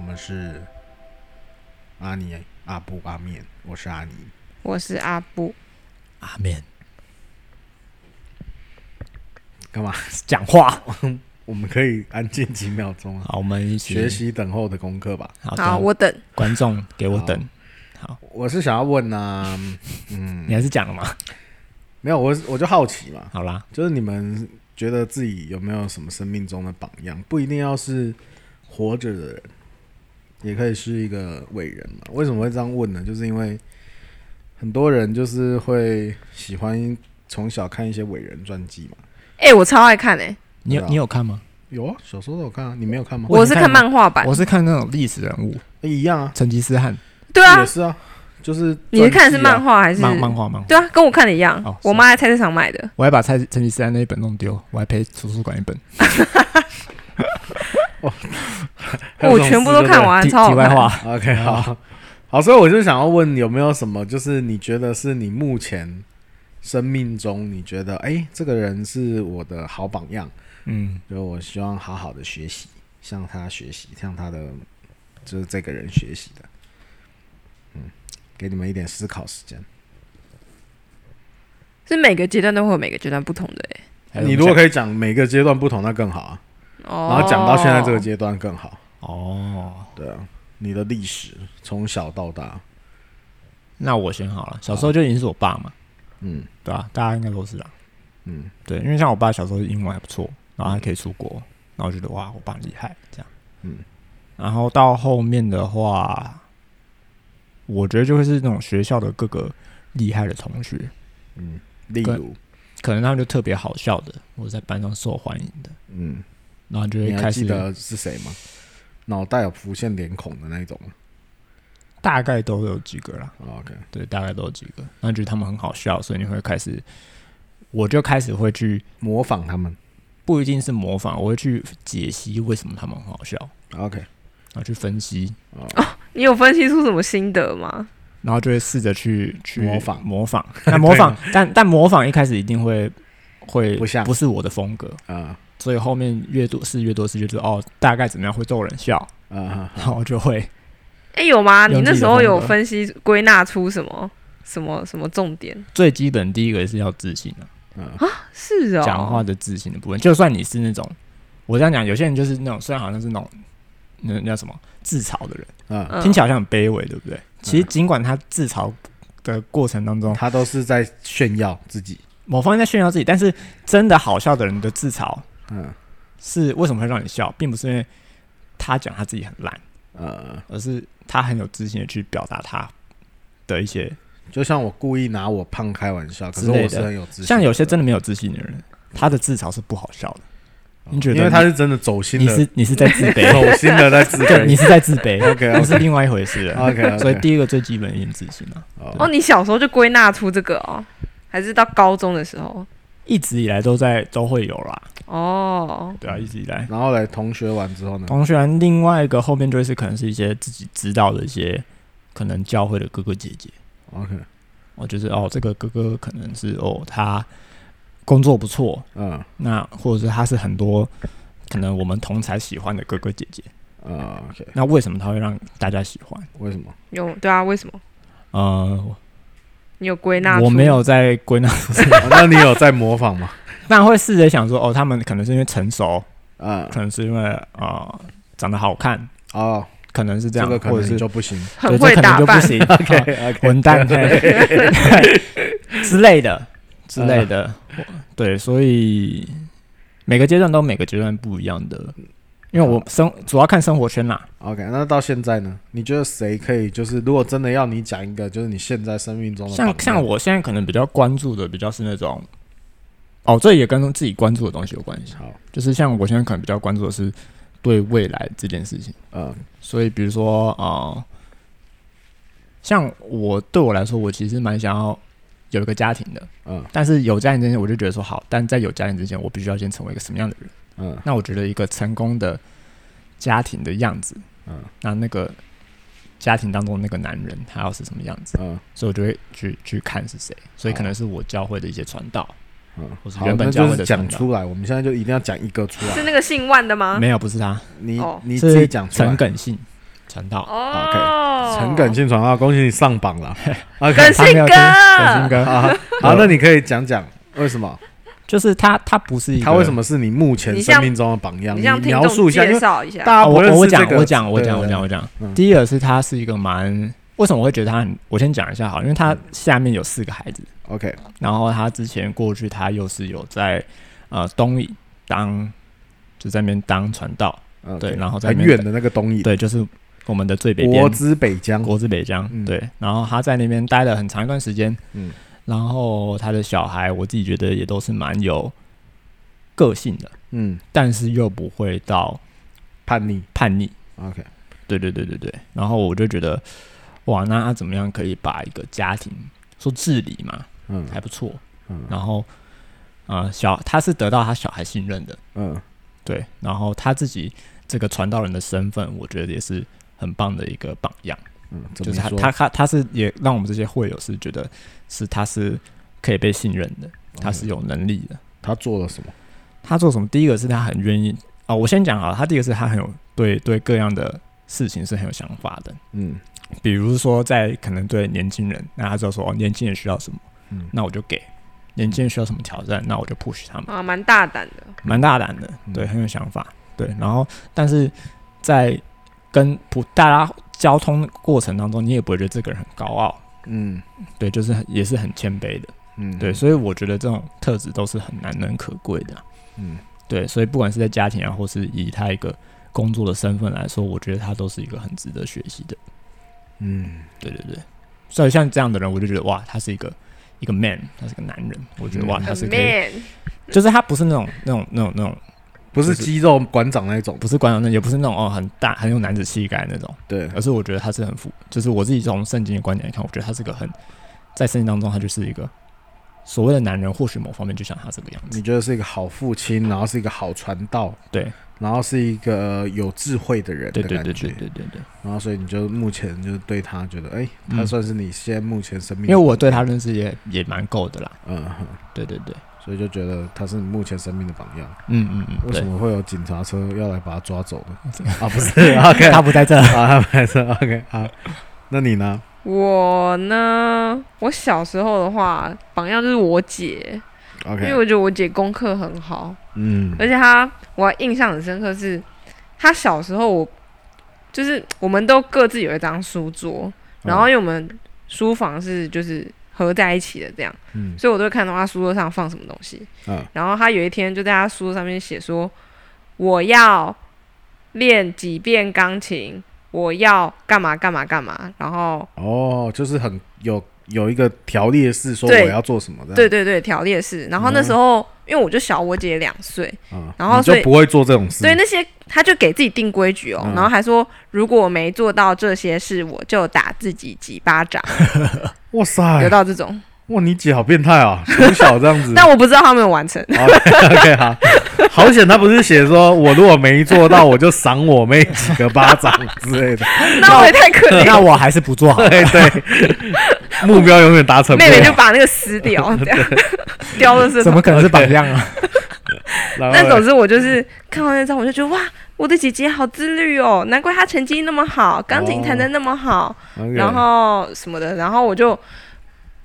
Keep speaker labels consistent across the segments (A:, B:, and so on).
A: 们是阿尼阿布阿面，我是阿尼。
B: 我是阿布，
C: 阿面
A: 干嘛？
C: 讲话。
A: 我们可以安静几秒钟啊，
C: 好，我们一起
A: 学。习等候的功课吧。
C: 好
B: 好，
C: 的，
B: 我等。
C: 观众给我等。
A: 我是想要问啊，嗯，
C: 你还是讲了吗？
A: 没有，我我就好奇嘛，
C: 好啦，
A: 就是你们觉得自己有没有什么生命中的榜样？不一定要是活着的人，也可以是一个伟人嘛。为什么会这样问呢？就是因为很多人就是会喜欢从小看一些伟人传记嘛。
B: 哎、我超爱看哎、
C: 你
A: 对
C: 有
A: 啊
C: 你有看吗？
A: 有啊，小说都有看啊，你没有看吗？
C: 我
B: 我
C: 也
B: 是
C: 看
B: 看
C: 过
B: 漫画版
C: 我。是看那种历史人物，
A: 欸一样啊，
C: 成吉思汗
B: 对啊
A: 也，是啊，就是
B: 你是看的是
A: 传记啊
B: 漫画还是？
C: 漫漫画漫画，
B: 对啊，跟我看的一样。
C: 哦是
B: 我妈在菜市场买的。
C: 我还把蔡成吉思汗那一本弄丢，我还赔图书馆一本。
A: 还有
B: 我
A: 这种
B: 全部
A: 事
B: 都
A: 对不
B: 看
A: 对
B: 完，
C: 题
B: 啊超
C: 题
B: 好
C: 外
B: 看。
C: 话，
A: OK，好 好，所以我就想要问，有没有什么就是你觉得是你目前生命中你觉得哎、诶这个人是我的好榜样，
C: 嗯，
A: 就是我希望好好的学习，向他学习，向他的就是这个人学习的。嗯，给你们一点思考时间。
B: 是每个阶段都会有每个阶段不同的哎、
C: 还有
A: 你
C: 我
A: 如
C: 们
A: 果
C: 想
A: 可以讲每个阶段不同，那更好啊。
B: 哦。
A: 然后讲到现在这个阶段更好。
C: 哦，
A: 对啊，你的历史从小到大，
C: 那我先好了。小时候就已经是我爸嘛，
A: 嗯
C: 对吧、大家应该都是啦。
A: 嗯，
C: 对，因为像我爸小时候英文还不错，然后还可以出国，然后觉得哇，我爸很厉害这样。
A: 嗯，
C: 然后到后面的话，我觉得就会是那种学校的各个厉害的同学，
A: 嗯例
C: 对
A: 如，
C: 可能他们就特别好笑的，或者在班上受欢迎的，
A: 嗯。
C: 然后就会
A: 你还
C: 开
A: 记
C: 始
A: 得是谁吗？脑袋有浮现脸孔的那一种吗。
C: 大概都有几个啦，
A: 哦 OK，
C: 对，大概都有几个。然后觉得他们很好笑，所以你会开始，我就开始会去，
A: 模仿他们。
C: 不一定是模仿，我会去解析为什么他们很好笑，
A: 啊 OK，
C: 然后去分析，
B: 哦你有分析出什么心得吗？
C: 然后就会试着去去
A: 模仿
C: 模 仿。那模仿，但但模仿一开始一定会会
A: 不像
C: 不是我的风格，
A: 啊
C: 所以后面越多试越多次，就是哦，大概怎么样会逗人笑，
A: 啊啊！
C: 然后就会
B: 哎、有吗？你
C: 用自己
B: 那
C: 的
B: 时候有
C: 风格
B: 分析归纳出什么什么什么重点？
C: 最基本第一个是要自信啊，
A: 啊
B: 是哦。
C: 讲话的自信的部分。就算你是那种，我这样讲，有些人就是那种虽然好像是那种那那叫什么自嘲的人，
A: 啊！
B: 嗯
C: 听起来好像很卑微，对不对？其实尽管他自嘲的过程当中，
A: 他都是在炫耀自己。
C: 某方面在炫耀自己，但是真的好笑的人的自嘲
A: 嗯
C: 是为什么会让你笑，并不是因为他讲他自己很烂，
A: 呃，
C: 而是他很有自信的去表达他的一些，
A: 就像我故意拿我胖开玩笑，可是
C: 之类
A: 我
C: 的
A: 是很有自信。
C: 像有些真的没有自嗯信的人，他的自嘲是不好笑的。你觉得
A: 啊因为他是真的走心
C: 你
A: 的，
C: 是你是在自卑，
A: 走心的在自啊
C: 对，你
A: 卑。
C: 是在自 卑
A: OK，OK
C: 那是另外一回事了。
A: OK，
C: 所以第一个最基本的一点自信啊，
B: 哦，你小时候就归纳出这个哦，还是到高中的时候？
C: 一直以来都在都会有啦，
B: 哦，
C: 对啊，一直以来。
A: 然后来同学完之后呢？
C: 同学们另外一个后面就是可能是一些自己知道的一些可能教会的哥哥姐姐，
A: OK，
C: 哦，就是哦，这个哥哥可能是哦，他工作不错，
A: 嗯
C: 那或者是他是很多可能我们同才喜欢的哥哥姐姐，
A: 呃 OK，
C: 那为什么他会让大家喜欢？
A: 为什么？
B: 有对啊，为什么？
C: 呃，
B: 你有归纳？
C: 我没。有在归纳，
A: 哦那你有在模仿 吗？
C: 那会试着想说，哦，他们可能是因为成熟，
A: 啊
C: 可能是因为呃长得好看，
A: 哦，
C: 可能是这
A: 这
C: 样，
A: 个可
C: 或者
A: 能你
C: 是
A: 就不 行。
B: 很
C: 对
B: 会
C: 这可能
B: 打
C: 就
B: 扮
C: 不，行，啊
A: OK，
C: 混蛋嘿对之类的之类的，
A: 嗯
C: 对，所以每个阶段都有每个阶段不一样的。因为我生主要看生活圈啦，
A: OK，那到现在呢？你觉得谁可以？就是如果真的要你讲一个，就是你现在生命中的
C: 像
A: 榜样
C: 像我现在可能比较关注的比较是那种，哦，这也跟自己关注的东西有关系，
A: 好，
C: 就是像我现在可能比较关注的是对未来这件事情，
A: 呃，
C: 所以比如说啊、呃像我对我来说，我其实蛮想要有一个家庭的，
A: 嗯
C: 但是有家庭之前，我就觉得说好，但在有家庭之前，我必须要先成为一个什么样的人？
A: 嗯
C: 那我觉得一个成功的家庭的样子，
A: 嗯
C: 那那个家庭当中那个男人他要是什么样子？
A: 嗯
C: 所以我就会去去看是谁，所以可能是我教会的一些传道，
A: 嗯，
C: 我是
A: 好
C: 原本
A: 那
C: 教
A: 就
C: 会
A: 是
C: 的
A: 讲
C: 传道
A: 出来，我们现在就一定要讲一个出来。哦
B: 是那个姓万的吗？
C: 没有，不是他，
A: 你
B: 哦
A: 你自己
C: 是
A: 讲出来
C: 陈。耿信，传道，
B: 哦，
A: 诚恳性传话，恭喜你上榜 了。啊，
B: 耿
C: 他没
B: 信
C: 有
B: 哥
C: 听，耿信哥，
A: 啊， 好，那你可以讲讲为什么
C: 就是他，他不是一个
A: 他为什么是你目前生命中的榜样？
B: 你
A: 你
B: 向听
A: 描
B: 众
A: 述一下，因
B: 介
A: 为
B: 绍一下。
A: 大家
C: 哦
A: 不认
C: 我
A: 识
C: 我
A: 这
C: 讲
A: 个
C: 我讲我讲
A: 对
C: 我
A: 对
C: 讲我讲
A: 嗯。
C: 第一个是他是一个蛮，为什么我会觉得他很？我先讲一下好了，因为他下面有四个孩子，
A: OK，
C: 然后他之前过去他又是有在呃东引当，就在那边当传道，
A: 嗯，
C: 对，然后哦在
A: 很
C: 那边
A: 远的那个东野，
C: 对，就是我们的最北
A: 国
C: 边
A: 之北疆，
C: 国之北疆，
A: 嗯
C: 对，然后他在那边待了很长一段时间，
A: 嗯
C: 然后他的小孩我自己觉得也都是蛮有个性的，
A: 嗯，
C: 但是又不会到
A: 叛逆
C: 叛逆，
A: ，OK，
C: 对对对对对。然后我就觉得，哇，那他怎么样可以把一个家庭说治理嘛，
A: 嗯
C: 还不错。
A: 嗯
C: 然后，呃，小他是得到他小孩信任的，
A: 嗯，
C: 对。然后他自己这个传道人的身份，我觉得也是很棒的一个榜样。
A: 嗯，怎
C: 就
A: 么
C: 是他
A: 说？
C: 他他他是也让我们这些会友是觉得是他是可以被信任的，
A: 哦
C: 他是有能力的。
A: 嗯他做了什么？
C: 他做什么？第一个是他很愿意哦，我先讲好了，他第一个是他很有对对各样的事情是很有想法的。
A: 嗯
C: 比如说在可能对年轻人，那他知道说哦，年轻人需要什么，
A: 嗯
C: 那我就给；年轻人需要什么挑战，那我就 push 他们，
B: 啊，蛮大胆的，
C: 蛮大胆的，
A: 嗯
C: 对，很有想法，对。然后，但是在跟普大家交通过程当中，你也不会觉得这个人很高傲，
A: 嗯
C: 对，就是很也是很谦卑的，
A: 嗯，
C: 对。，所以我觉得这种特质都是很难能可贵的啊、
A: 嗯
C: 对。所以不管是在家庭啊，或是以他一个工作的身份来说，我觉得他都是一个很值得学习的。
A: 嗯，
C: 对对对，所以像这样的人，我就觉得哇，他是一个一个 man，他是个男人，我觉得哇，
A: 嗯
C: 他是
B: 很
C: 可以，
B: man，
C: 就是他不是那种那种那种那种，
A: 不是
C: 就是
A: 肌肉馆长那种，
C: 不是官僚那，也不是那种哦很大很有男子气概那种，
A: 对，
C: 而是我觉得他是很符，就是我自己从圣经的观点来看，我觉得他是个很在圣经当中，他就是一个所谓的男人，或许某方面就像他这个样子
A: 你，觉得是一个好父亲，然后是一个好传道，
C: 对，
A: 然后是一个有智慧的人的
C: 对对
A: 感
C: 对对
A: 觉，
C: 对对对，
A: 然后所以你就目前就对他觉得，哎，
C: 嗯
A: 他算是你现在目前生命，
C: 因为我对他认识也也蛮够的啦，
A: 嗯，哼
C: 对对对，
A: 所以就觉得他是你目前生命的榜样。
C: 嗯嗯嗯，
A: 为什
C: 对，
A: 么会有警察车要来把他抓走呢？啊，不是，OK，
C: 他不在 这，
A: 啊，他拍摄 OK 好，那你呢？
B: 我呢，我小时候的话，榜样就是我姐，因为
A: OK，
B: 我觉得我姐功课很好，
A: 嗯
B: 而且她我还印象很深刻是，她小时候我就是我们都各自有一张书桌，
A: 嗯
C: 嗯
B: 然后因为我们书房是就是合在一起的这样，
A: 嗯
B: 所以我都会看到她书桌上放什么东西。
A: 嗯
B: 然后她有一天就在她书桌上面写说，我要练几遍钢琴，我要干嘛干嘛干嘛，然后
A: 哦，就是很有有一个条列式说
B: 对
A: 我要做什么的，
B: 对，对对条列式。然后那时候、因为我就小我姐两岁，
A: 嗯，
B: 然后
A: 你
B: 所
A: 就
B: 以
A: 不会做这种事，
B: 所以那些他就给自己定规矩哦，
A: 嗯
B: 然后还说如果我没做到这些事，我就打自己几巴掌，
A: 哇塞，
B: 有到这种，。
A: 哇，你姐好变态啊，从小这样子
B: 但我不知道他有没有完成。
A: OK，好，好险，他不是写说我如果没做到，我就赏我妹几个巴掌之类的。
B: 那我也太可怜，
C: 那我还是不 做好了，
A: 对对，目标永远达成不
B: 妹妹
A: 了
B: 就。把那个撕掉，这样 丢了是
C: 怎
B: 吧
C: 么？可能是榜样啊？
A: 然后
B: 但总之我就是看完那张，我就觉得哇，我的姐姐好自律哦，难怪她成绩那么好，钢琴弹得那么好。
A: 哦 OK
B: 然后什么的，然后我就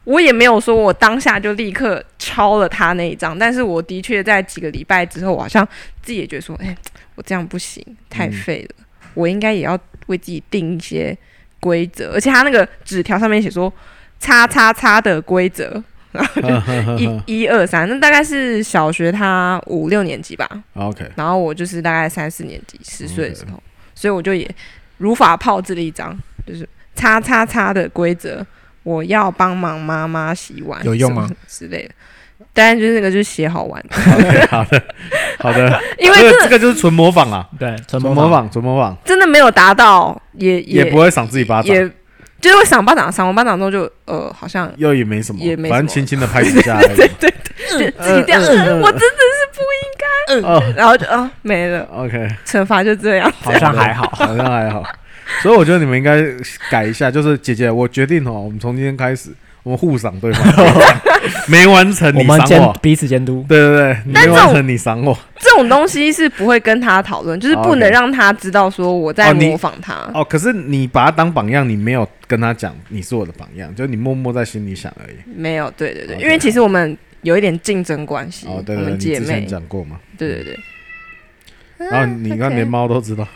B: 我也没有说我当下就立刻抄了他那一张，但是我的确在几个礼拜之后，我好像自己也觉得说，哎、我这样不行，太
A: 嗯
B: 废了，我应该也要为自己定一些规则，而且他那个纸条上面写说“叉叉叉”的规则。
A: 嗯
B: 一一二三，那大概是小学他五六年级吧，
A: OK，
B: 然后我就是大概三四年级，十岁的时候
A: 哦
B: 所以我就也如法炮制了一张，就是叉叉叉的规则，我要帮忙妈妈洗碗，
C: 有用吗？
B: 之类的。当然就是那个就是写好玩的，
A: OK，好的，好的，
B: 因为
A: 这个
B: 真
A: 这
B: 的
A: 个就是纯模仿啦，
C: 对，纯
A: 纯模仿，纯模仿，
B: 真的没有达到，也
A: 也不
B: 会
A: 会赏自己巴掌，
B: 也就是会赏巴掌，赏完巴掌之后就呃好像
A: 又也没什么
B: 也，没什么
A: 反正轻轻的拍几下而已。
B: 就
A: 嗯
B: 自己这样，呃我真的是不应该，
A: 哦
B: 然后就啊没了，
A: OK，
B: 惩罚就这样。
C: 好像还好，
A: 好像还好。所以我觉得你们 应该改一下，就是姐姐，我决定哦，我们从今天开始，我们互赏对方，没完成
C: 我
A: 你
C: 们监
A: 赏我，
C: 彼此监督。
A: 对对对，
B: 但
A: 没
B: 这种
A: 完成你赏我。
B: 这种东西是不会跟他讨论，就是不能
A: 哦 OK
B: 让他知道说我在
A: 哦你
B: 模仿他。
A: 哦，可是你把他当榜样，你没有跟他讲你是我的榜样，就你默默在心里想而已。
B: 没有，对对对，
A: OK，
B: 因为其实我们有一点竞争关系，
A: 哦，对
B: 我
A: 对对，
B: 们
A: 你
B: 姐
A: 之前
B: 妹，
A: 讲过嘛。
B: 对对对。
A: 然后你看
B: OK
A: 连猫都知道。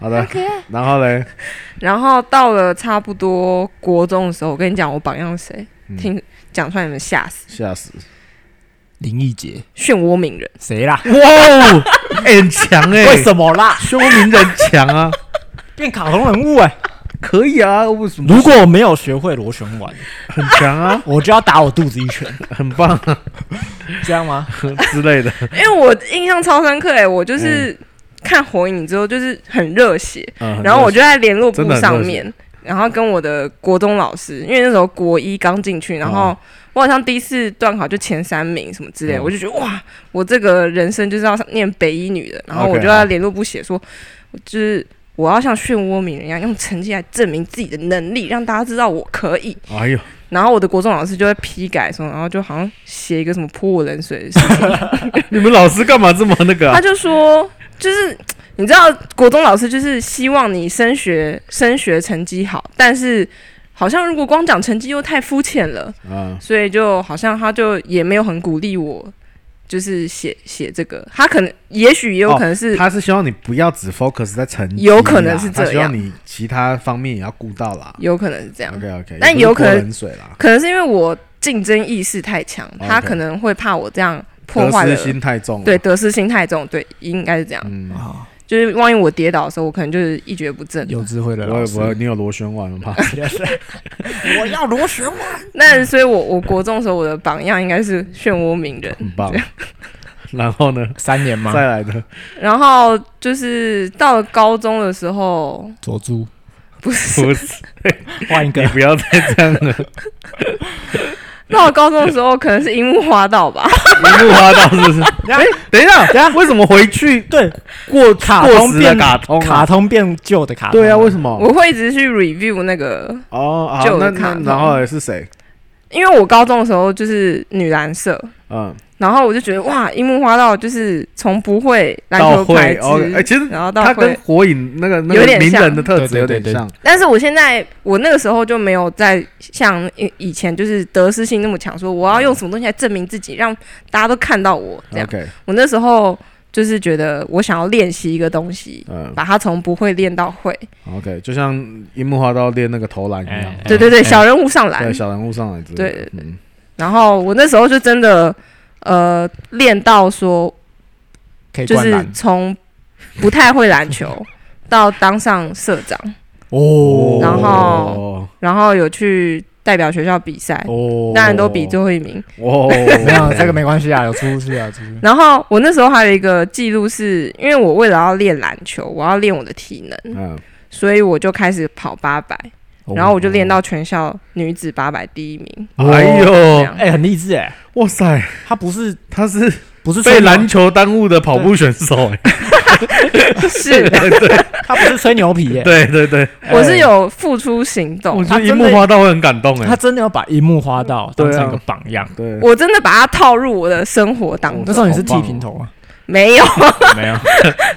A: 好的，然后嘞，
B: 然后到了差不多国中的时候，我跟你讲我榜样谁，
A: 嗯
B: 听讲出来你们吓死，
A: 吓死！
C: 林奕杰
B: 漩涡鸣人，
C: 谁啦？
A: 哇哦，欸很强哎，
C: 为什么啦？
A: 凶名人强啊？
C: 变卡通人物哎、
A: 可以啊，为什么？
C: 如果我没有学会螺旋丸，
A: 很强啊，
C: 我就要打我肚子一 拳，
A: 很棒啊
C: 这样 吗？
A: 之类的。
B: 因为我印象超深刻哎、我就是看火影之后就是很热血，
A: 嗯
B: 然后我就在联络
A: 真
B: 簿
A: 的很热
B: 上
A: 血
B: 面，然后跟我的国中老师，因为那时候国一刚进去，然后
A: 哦
B: 我好像第一次段考就前三名什么之类的，
A: 嗯
B: 我就觉得哇，我这个人生就是要念北一女的，然后
A: OK，
B: 我就在联络簿写说，我就是。我要像漩涡鸣人一样，用成绩来证明自己的能力，让大家知道我可以。
A: 哎呦，
B: 然后我的国中老师就会批改说，然后就好像写一个什么泼我冷水的事情，
A: 你们老师干嘛这么那个啊
B: 他？就说，就是你知道，国中老师就是希望你升学升学成绩好，但是好像如果光讲成绩又太肤浅了，
A: 啊，
B: 所以就好像他就也没有很鼓励我，就是写写这个。他可能也许也有可能是、
A: 他是希望你不要只 focus 在成绩啦，
B: 有可能是这样
A: 他希望你其他方面也要顾到啦。
B: 有可能是这样，
A: OK OK，
B: 但有可能
A: 冷水啦，
B: 可能是因为我竞争意识太强，他
A: 哦 OK
B: 可能会怕我这样破
A: 得
B: 坏
A: 失
B: 了。
A: 心太重。
B: 对，，得失心太重，对，应该是这样。
A: 嗯，
C: 啊，
B: 就是万一我跌倒的时候，我可能就是一蹶不振。
C: 有智慧的
A: 我
C: 老
A: 也
C: 师
A: 不，会，你有螺旋丸 了吗？
C: 我要螺旋丸。
B: 那所以我，我国中的时候，我的榜样应该是漩涡鸣人。
A: 很棒。然后呢，
C: 三年吗？
A: 再来的
B: 然后就是到了高中的时候，
C: 佐助，
B: 不 是
A: 不是，
C: 换一
A: 你
C: 个
A: 不要再这样了。
B: 到了高中的时候，可能是樱木花道吧。
A: 一路花道 是不是？哎，等一下，等一下，为什么回去
C: 对
A: 过
C: 卡
A: 过
C: 通
A: 时的
C: 变
A: 卡通啊？
C: 卡通变旧的卡通。
A: 对啊，为
C: 么？
A: 什么？
B: 我会一直去 review 那个，
A: 哦，好
B: 旧，的
A: 那
B: 卡
A: 那
B: 通
A: 然后是谁？
B: 因为我高中的时候就是女篮社，
A: 嗯，
B: 然后我就觉得哇，樱木花道就是从不会篮
A: 到
B: 球
A: 会
B: 牌子，
A: 哦，哎，其实
B: 然后到
A: 他跟
B: 会。
A: 火影那个那个
B: 有点
A: 鸣
B: 像
A: 人的特质有点
C: 对对对对
A: 像。
B: 但是我现在，我那个时候就没有再像以以前就是得失心那么强，说我要用什么东西来证明自己，让大家都看到我这样。
A: OK，
B: 我那时候就是觉得我想要练习一个东西，
A: 嗯
B: 把它从不会练到会。
A: ，OK，就像樱木花道练那个投篮一样
C: 哎，
B: 对对对，
C: 哎
B: 小人物上篮
A: 嗯对，。小人物上来之类的。
B: 对对
A: 嗯
B: 然后我那时候就真的呃练到说，
C: 可以
B: 就
C: 灌
B: 是
C: 篮
B: 从不太会篮球到当上社长，
C: 哦
B: 然后然后有去代表学校比赛，
A: 哦
B: 当然都比最后一名。
A: 哦，
C: 没有这个没关系啊，有出入是啊，有出入
B: 然后我那时候还有一个记录是，因为我为了要练篮球，我要练我的体能，
A: 嗯，
B: 所以我就开始跑八百，
C: 哦
B: 然后我就练到全校女子八百第一名。
A: 哎
B: 这
A: 呦，
B: 样
C: 哎，很励志哎，
A: 哇塞，
C: 他不是
A: 他是
C: 不是吹
A: 被
C: 牛
A: 篮，球耽误的跑步选手，哎，
B: 是的，
C: 他不是吹牛皮 耶，
A: 对对对，
C: 哎
B: 我是有付出行动，
A: 我觉
B: 哦他
A: 得樱
B: 真
A: 木
B: 的，
A: 花道会很感动，
C: 他
A: 哎，
C: 真的要把樱木花道当成一个
A: 对啊
C: 榜样。
A: 对，
B: 我真的把它套入我的生活当
C: 那
B: 中。
C: 时候你是剃平头啊？
B: 没有，
C: 哦 没有，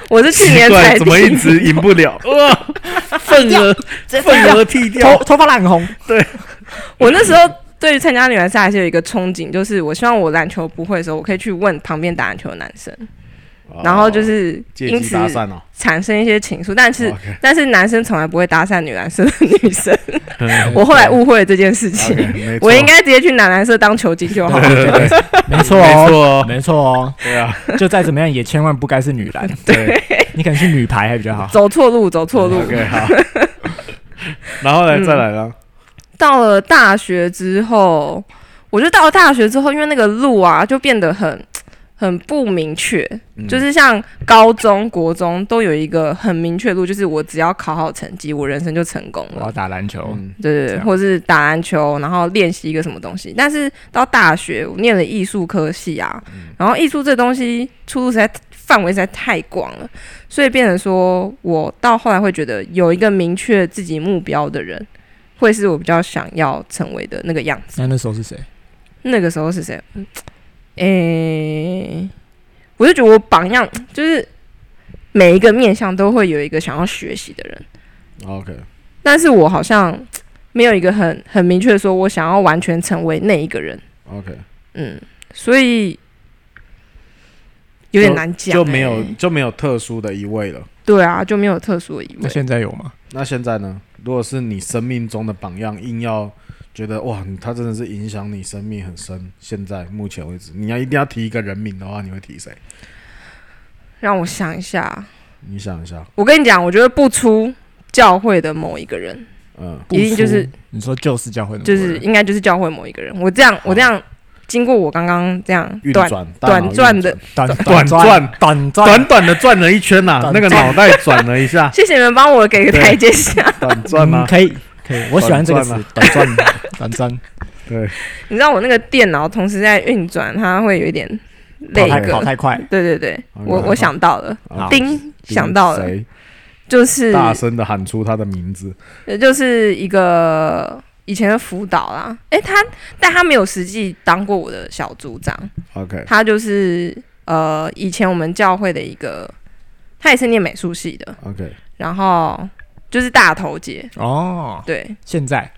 B: 我是去
A: 奇
B: 年
A: 怪，
B: 才
A: 怎么一直赢不 了？哇，份额份额剃掉
C: 头头发染 红，
B: 我那时候对于参加女篮赛还是有一个憧憬，就是我希望我篮球不会的时候，我可以去问旁边打篮球的男生，然后就是
A: 哦借
B: 因
A: 机
B: 此
A: 搭讪哦，
B: 产生一些情愫。但是
A: OK
B: 但是男生从来不会搭讪女篮社的女生， 我后来误会了这件事情。
A: 嗯 OK，没错
B: 我应该直接去男篮社当球精就好。
A: 对对对，
C: 没错
A: 没
C: 哦，
A: 错，
C: 没错哦，
A: 对啊，
C: 就再怎么样也千万不该是女篮，
A: 对
B: 哎
C: 你可能是女排还比较好。
B: 走错路，走错路。
A: ，OK，好， 然后
B: 嗯
A: 来再来了，
B: 到了大学之后，我就到了大学之后，因为那个路啊，就变得很很不明确。
A: 嗯
B: 就是像高中、国中都有一个很明确的路，就是我只要考好成绩，我人生就成功
C: 我
B: 了
C: 要。打篮球，
A: 嗯
B: 对对
C: 这
B: 对，
C: 样
B: 或是打篮球，然后练习一个什么东西。但是到大学，我念了艺术科系啊，
C: 嗯
B: 然后艺术这东西出路实在范围实在太广了，所以变成说我到后来会觉得有一个明确自己目标的人，会是我比较想要成为的那个样子。
C: 嗯那那时候是谁？
B: 那个时候是谁？嗯诶、我就觉得我榜样就是每一个面向都会有一个想要学习的人，
A: OK，
B: 但是我好像没有一个很很明确的说我想要完全成为那一个人，
A: OK，
B: 嗯，所以有点
A: 就
B: 难讲、
A: 就没有
B: 欸
A: 就没有特殊的一位了。
B: 对啊，就没有特殊的一
C: 那
B: 位。
C: 现在有吗？
A: 那现在呢？如果是你生命中的榜样，硬要觉得哇，你他真的是影响你生命很深。现在目前为止，你要一定要提一个人名的话，你会提谁？
B: 让我想一下，
A: 你想一下，
B: 我跟你讲，我觉得不出教会的某一个人，
A: 嗯，
B: 一定就是
C: 不服你说就是教会的，
B: 就是应该就是教会某一个人。我这样，我这样经过我刚刚这样
A: 运
B: 短
A: 转大脑
B: 短
A: 运
B: 暂的，，
C: 短
A: 短
C: 转短
A: 短
C: 转，
A: 短的转了一圈呐、
C: 短
A: 那个
C: 转
A: 脑袋转了一下
B: 谢谢你们帮我给个台 阶下。
A: 短转
C: 嗯
A: 啊，
C: 可以可以，我喜欢这个词
A: 短，
C: 短转 短转，
A: 对，
B: 你知道我那个电脑同时在运转，它会有一点
C: 跑
B: 累
C: 太
B: 个
C: 跑。太快，
B: 对对对，
A: 好
B: 我
A: 好
B: 我想到了，
A: 好
B: 丁嗯想到了，
A: 谁
B: 就是
A: 大声的喊出他的名字，
B: 也就是一个以前的辅导啦。诶，他但他没有实际当过我的小组长，
A: OK，
B: 他就是呃以前我们教会的一个，他也是念美术系的，
A: OK，
B: 然后就是大头姐。
C: 哦，
B: 对，
C: 现在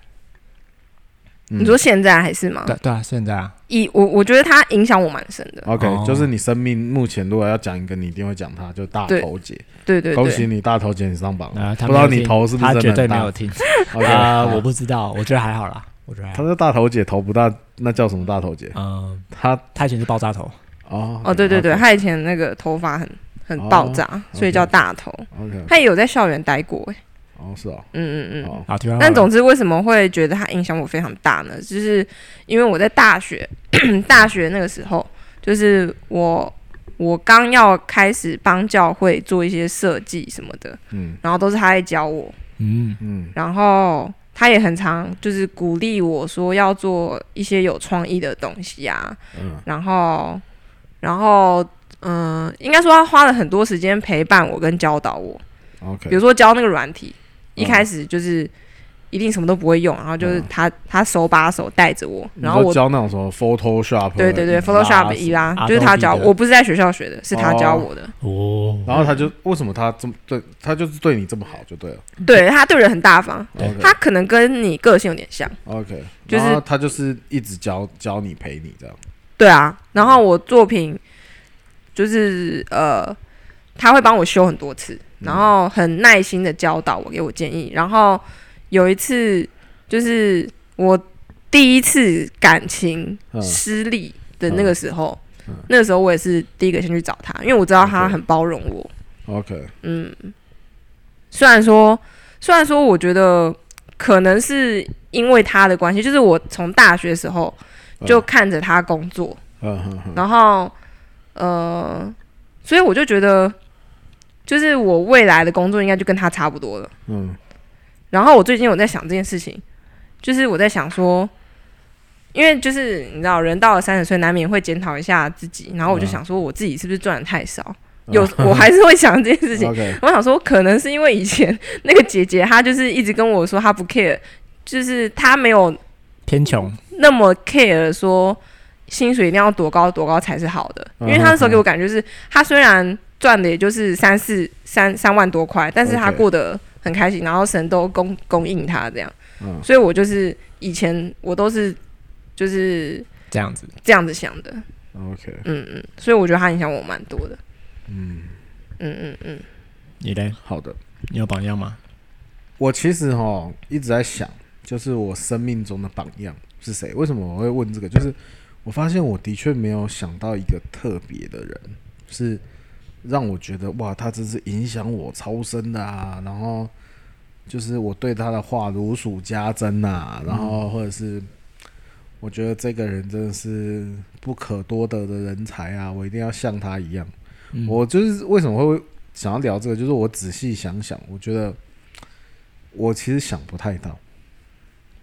A: 嗯
B: 你说现在还是吗？
C: 对对啊，现在啊，
B: 以我我觉得他影响我蛮深的，
A: OK，、
C: 哦
A: 就是你生命目前如果要讲一个，你一定会讲他，就大头姐。
B: 对对
A: 恭喜
B: 对，
A: 你大头姐，你上榜 了。
C: 啊他
A: 不知
C: 没有
A: 道你
C: 听
A: 头是不
C: 他
A: 是
C: 绝
A: 真的
C: 对
A: 很
C: 没
A: 大
C: 有听
A: OK，
C: 啊，
A: 好
C: 我不知道，我觉得还好啦，我
B: 哎
C: 觉得还
A: 他
C: 好，
A: 是大头姐，头不大，那叫什么大头姐？
C: 嗯，
A: 他
C: 他以前是爆炸头，
A: 哦
B: 哦对对对，他以前那个头发很很爆炸，所以叫大头。
A: 哦，OK，
B: 他也有在校园待过、欸，
A: 哦是哦，
B: 嗯嗯嗯。
A: 哦
C: 好，题外话
B: 但总之，为什么会觉得他影响我非常大呢？就是因为我在大学， 大学那个时候，就是我我刚要开始帮教会做一些设计什么的，
A: 嗯
B: 然后都是他在教我，
C: 嗯，
A: 嗯
B: 然后他也很常就是鼓励我说要做一些有创意的东西啊，
A: 嗯
B: 然后，然后，嗯、应该说他花了很多时间陪伴我跟教导我，
A: ，OK，
B: 比如说教那个软体，一
A: 嗯
B: 开始就是。一定什么都不会用，然后就是
A: 嗯
B: 他、他手把手带着我，
A: 你
B: 然后
A: 说
B: 我
A: 教那种什么 Photoshop，
B: 对对对
A: 一拉
B: ，Photoshop
A: 什
B: 一
A: 么
B: 拉
C: 啊
B: 就是他教
C: Adobe 的
B: 我，不是在学校学的，是他教我的。
C: 哦，
A: 然后他就为什么他这么对，他就是对你这么好就对了。
B: 对他对人很大方，
C: 对
A: OK
B: 他可能跟你个性有点像，
A: OK，
B: 就是
A: 然后他就是一直教教你陪你这样。
B: 对啊，然后我作品就是呃，他会帮我修很多次，然
A: 嗯
B: 后很耐心的教导我，给我建议。然后有一次就是我第一次感情
A: 嗯
B: 失利的那个时候，那个时候我也是第一个先去找他，因为我知道他
A: OK
B: 很包容我。
A: OK，
B: 嗯，虽然说，虽然说，我觉得可能是因为他的关系，就是我从大学时候就
A: 嗯
B: 看着他工作。
A: 嗯哼哼，
B: 然后呃，所以我就觉得，就是我未来的工作应该就跟他差不多了。
A: 嗯
B: 然后我最近有在想这件事情，就是我在想说，因为就是你知道，人到了三十岁，难免会检讨一下自己。然后我就
A: 嗯
B: 想说，我自己是不是赚的太少？
A: 嗯
B: 有， 我还是会想这件事 情。
A: ，OK，
B: 我想说，可能是因为以前那个姐姐，她就是一直跟我说，她不 care，就是她没有
C: 偏穷，
B: 那么 care 说薪水一定要多高多高才是好的，
A: 嗯
B: 因为他那时候给我感觉是，他虽然赚的也就是三四三三万多块，但是他
A: OK
B: 过得很开心，然后神都供供应他这样，
A: 嗯
B: 所以我就是以前我都是就是
C: 这样子，
B: 这样子想的，
A: ，OK，
B: 嗯嗯，所以我觉得他影响我蛮多的，
A: 嗯，
B: 嗯嗯嗯，
C: 你嘞？
A: 好的。
C: 你有榜样吗？
A: 我其实哈一直在想，就是我生命中的榜样是谁？为什么我会问这个？就是我发现我的确没有想到一个特别的人，是让我觉得哇，他真是影响我超深的啊。然后就是我对他的话如数家珍啊，然后或者是我觉得这个人真的是不可多得的人才啊，我一定要像他一样。
C: 嗯
A: 我就是为什么会想要聊这个，就是我仔细想想，我觉得我其实想不太到，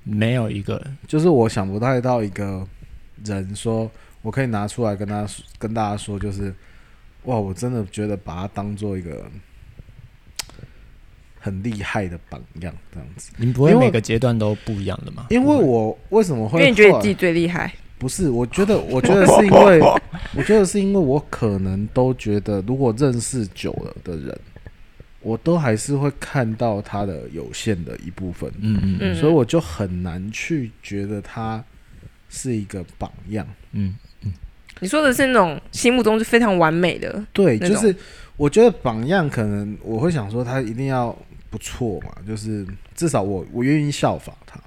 C: 没有一个
A: 就是我想不太到一个人说，我可以拿出来跟他跟大家说，就是哇，我真的觉得把他当做一个很厉害的榜样这样子。
C: 你不会
A: 因为
C: 每个阶段都不一样的吗？
A: 因为我为什么会
B: 因为你觉得你
A: 后来
B: 自己最厉害，
A: 不是，我觉得，我觉得是因为，我觉得是因为我可能都觉得，如果认识久了的人，我都还是会看到他的有限的一部分，
C: 嗯嗯嗯
B: 嗯
A: 所以我就很难去觉得他是一个榜样。
C: 嗯，
B: 你说的是那种心目中就非常完美的，
A: 对，
B: 那
A: 就
B: 种
A: 是我觉得榜样可能我会想说他一定要不错嘛，就是至少我我愿意效仿他，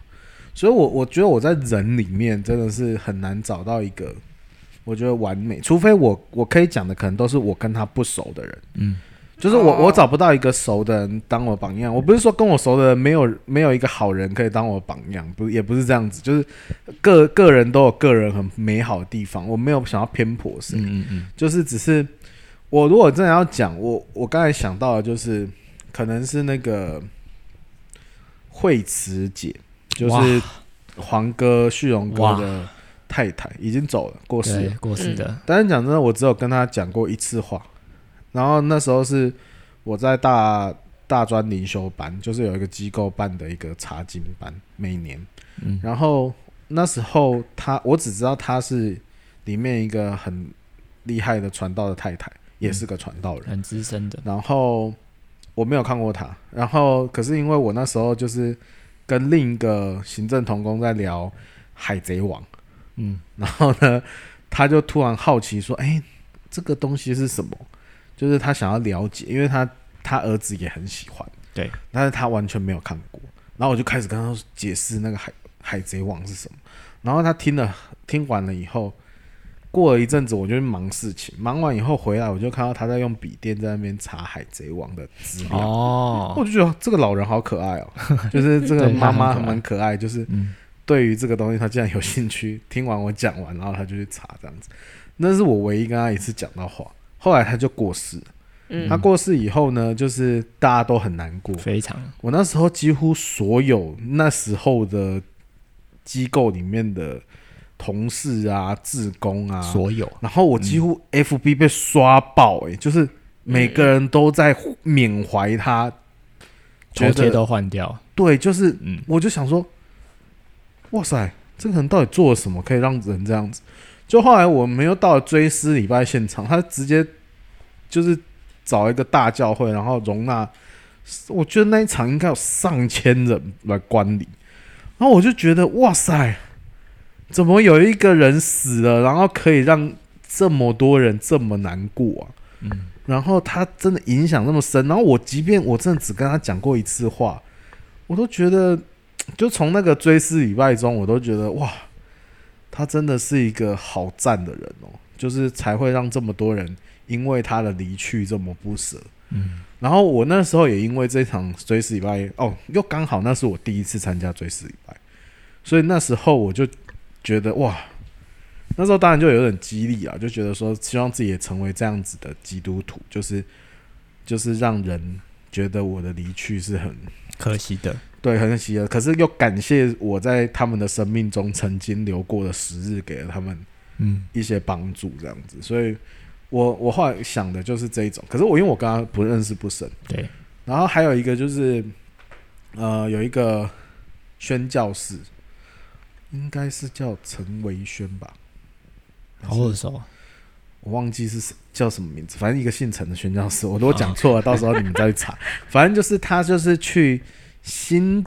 A: 所以我我觉得我在人里面真的是很难找到一个我觉得完美，除非我我可以讲的可能都是我跟他不熟的人，
C: 嗯，
A: 就是我、
B: 哦
A: 我找不到一个熟的人当我榜样，我不是说跟我熟的人没有没有一个好人可以当我榜样，不也不是这样子，就是个个人都有个人很美好的地方，我没有想要偏颇谁，
C: 嗯嗯
A: 就是只是我如果真的要讲，我我刚才想到的就是可能是那个惠慈姐，就是黄哥旭荣哥的太太，已经走了，过世
C: 对
A: 了。嗯
C: 过世的，
A: 但是讲真的，我只有跟他讲过一次话，然后那时候是我在大大专灵修班，就是有一个机构办的一个查经班，每年。
C: 嗯
A: 然后那时候他，我只知道他是里面一个很厉害的传道的太太，也是个传道人。
C: 很资深的，
A: 然后我没有看过他，然后可是因为我那时候就是跟另一个行政同工在聊《海贼王》，
C: 嗯
A: 然后呢，他就突然好奇说：“哎、这个东西是什么？”就是他想要了解，因为他他儿子也很喜欢，
C: 对，
A: 但是他完全没有看过。然后我就开始跟他解释那个海海贼王是什么。然后他听了听完了以后，过了一阵子，我就去忙事情，忙完以后回来，我就看到他在用笔电在那边查海贼王的资料。
C: 哦，
A: 我就觉得这个老人好可爱哦，就是这个
C: 对他
A: 妈妈
C: 很可爱
A: 蛮可爱，就是
C: 嗯
A: 对于这个东西，他竟然有兴趣。听完我讲完，然后他就去查这样子，那是我唯一跟他一次讲到话。后来他就过世了，
B: 嗯
A: 他过世以后呢，就是大家都很难过。
C: 非常，
A: 我那时候几乎所有那时候的机构里面的同事啊、志工啊，
C: 所有
A: 然后我几乎 FB 被刷爆、欸，就是每个人都在缅怀他，
C: 头
A: 觉
C: 贴
A: 得
C: 都换掉，
A: 对，就是
C: 嗯，
A: 我就想说，哇塞，这个人到底做了什么，可以让人这样子？就后来我们又到了追思礼拜现场，他直接就是找一个大教会，然后容纳，我觉得那一场应该有上千人来观礼，然后我就觉得哇塞，怎么有一个人死了，然后可以让这么多人这么难过啊？
C: 嗯，
A: 然后他真的影响那么深，然后我即便我真的只跟他讲过一次话，我都觉得，就从那个追思礼拜中，我都觉得哇，他真的是一个好赞的人哦，就是才会让这么多人因为他的离去这么不舍。
C: 嗯，
A: 然后我那时候也因为这场追思礼拜，哦，又刚好那是我第一次参加追思礼拜，所以那时候我就觉得哇，那时候当然就有点激励啊，就觉得说希望自己也成为这样子的基督徒，就是就是让人觉得我的离去是很
C: 可惜的，
A: 对，很喜乐，可是又感谢我在他们的生命中曾经流过的时日，给了他们
C: 嗯
A: 一些帮助，这样子。所以我我后来想的就是这一种。可是我因为我跟他不认识不深，
C: 对，
A: 然后还有一个就是，呃，有一个宣教士，应该是叫陈维轩吧，
C: 好耳熟，
A: 我忘记是谁叫什么名字，反正一个姓陈的宣教士，我如果讲错了，到时候你们再去查。反正就是他就是去新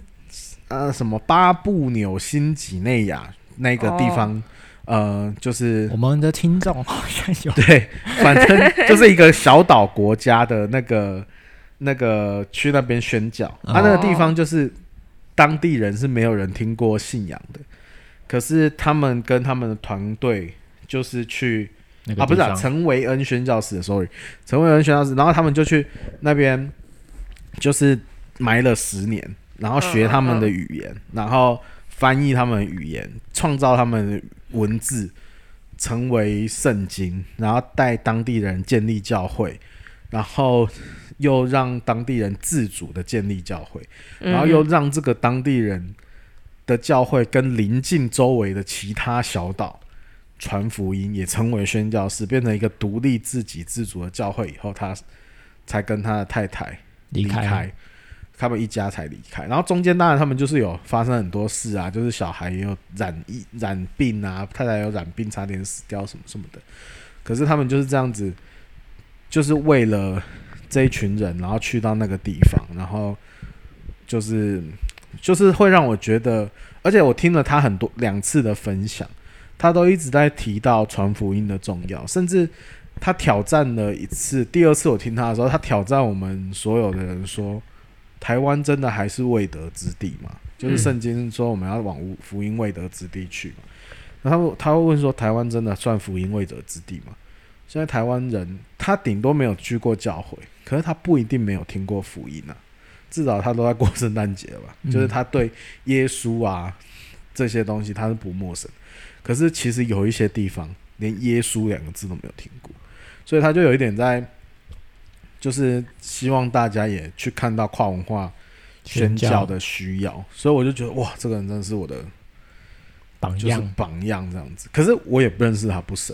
A: 呃什么巴布纽新几内亚那个地方，呃，就是
C: 我们的听众好像有，
A: 对，反正就是一个小岛国家的那个 那个去那边宣教，
C: 哦
A: 啊，那个地方就是当地人是没有人听过信仰的，可是他们跟他们的团队就是去。
C: 那个
A: 啊，不是、
C: 地
A: 啊、
C: 方
A: 陈维恩宣教士，sorry，陈维恩宣教士，然后他们就去那边，就是埋了十年，然后学他们的语言，然后翻译他们的语言，创造他们的文字，成为圣经，然后带当地人建立教会，然后又让当地人自主的建立教会，然
B: 嗯
A: 后又让这个当地人的教会跟邻近周围的其他小岛传福音，也成为宣教士，变成一个独立自给自足的教会以后，他才跟他的太太
C: 离
A: 开。
C: 开，
A: 他们一家才离开。然后中间当然他们就是有发生很多事啊，就是小孩也有染疫、染病啊，太太有染病，差点死掉什么什么的。可是他们就是这样子，就是为了这一群人，然后去到那个地方，然后就是就是会让我觉得，而且我听了他很多两次的分享，他都一直在提到传福音的重要，甚至他挑战了一次，第二次我听他的时候，他挑战我们所有的人说，台湾真的还是未得之地嘛？就是圣经说我们要往福音未得之地去嘛。然后他会问说，台湾真的算福音未得之地吗？现在台湾人他顶多没有去过教会，可是他不一定没有听过福音啊。至少他都在过圣诞节了吧？
C: 嗯
A: 就是他对耶稣啊这些东西他是不陌生，可是其实有一些地方连耶稣两个字都没有听过，所以他就有一点在，就是希望大家也去看到跨文化宣
C: 宣教
A: 教的需要，所以我就觉得哇，这个人真的是我的
C: 榜
A: 就是
C: 样，
A: 榜样这样子。可是我也不认识他不深，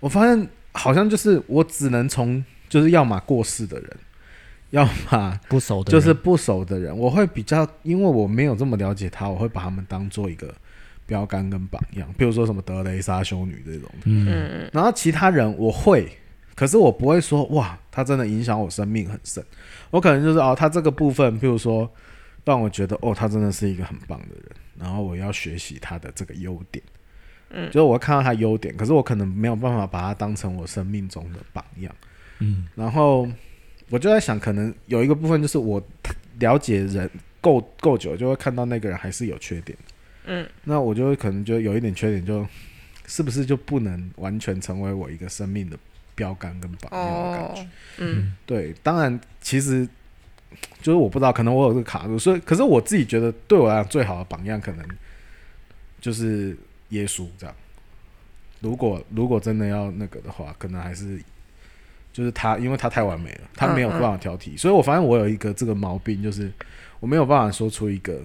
A: 我发现好像就是我只能从就是要么过世的人，要么
C: 不熟的
A: 就
C: 人
A: 是不熟的人，我会比较，因为我没有这么了解他，我会把他们当做一个标杆跟榜样，比如说什么德雷莎修女这种。
C: 嗯
B: 嗯，
A: 然后其他人我会，可是我不会说哇，他真的影响我生命很深。我可能就是哦，他这个部分，譬如说让我觉得哦，他真的是一个很棒的人，然后我要学习他的这个优点。嗯，就是我看到他优点，可是我可能没有办法把他当成我生命中的榜样。
C: 嗯
A: 然后我就在想，可能有一个部分就是我了解人够够久，就会看到那个人还是有缺点。
B: 嗯，
A: 那我就会可能就有一点缺点就，是不是就不能完全成为我一个生命的标杆跟榜样的感觉？
B: 哦，嗯，
A: 对，当然其实就是我不知道，可能我有这个卡住，所以可是我自己觉得对我来讲最好的榜样可能就是耶稣这样。如果如果真的要那个的话，可能还是就是他，因为他太完美了，他
B: 嗯
A: 没有办法挑剔，所以我发现我有一个这个毛病，就是我没有办法说出一个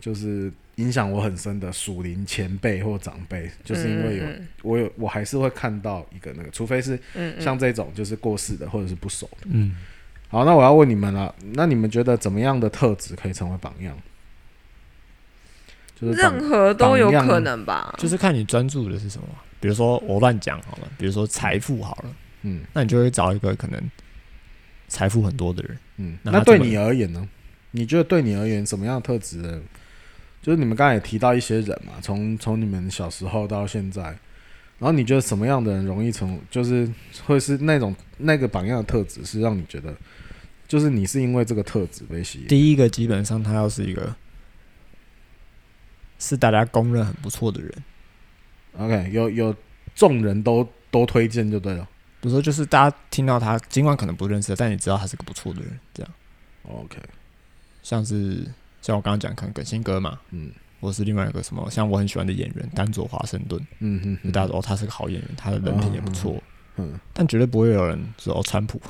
A: 就是影响我很深的属灵前辈或长辈，就是因为有、
B: 嗯
A: 我有我还是会看到一个那个，除非是
B: 嗯嗯
A: 像这种就是过世的或者是不熟。
C: 嗯，
A: 好，那我要问你们了，那你们觉得怎么样的特质可以成为榜样？就是榜
B: 任何都有
A: 啊
B: 可能吧，
C: 就是看你专注的是什么。比如说我乱讲好了，比如说财富好了，
A: 嗯
C: 那你就会找一个可能财富很多的人。
A: 嗯，
C: 那
A: 那
C: 他
A: 对
C: 怎么
A: 你而言呢？你觉得对你而言什么样的特质呢？就是你们刚才也提到一些人嘛，从从你们小时候到现在，然后你觉得什么样的人容易成，就是会是那种那个榜样的特质，是让你觉得，就是你是因为这个特质被吸引？
C: 第一个基本上他要是一个是大家公认很不错的人，
A: OK，有有众人都都推荐就对了。
C: 比如说就是大家听到他，尽管可能不认识，但你知道他是个不错的人。这样
A: OK，
C: 像是像我刚刚讲，可能耿新哥嘛，
A: 嗯
C: 或是另外一个什么，像我很喜欢的演员丹佐华盛顿，
A: 嗯哼
C: 就
A: 哼，
C: 大家说哦，他是个好演员，他的人品也不错，
A: 嗯
C: 但绝对不会有人说哦，川普，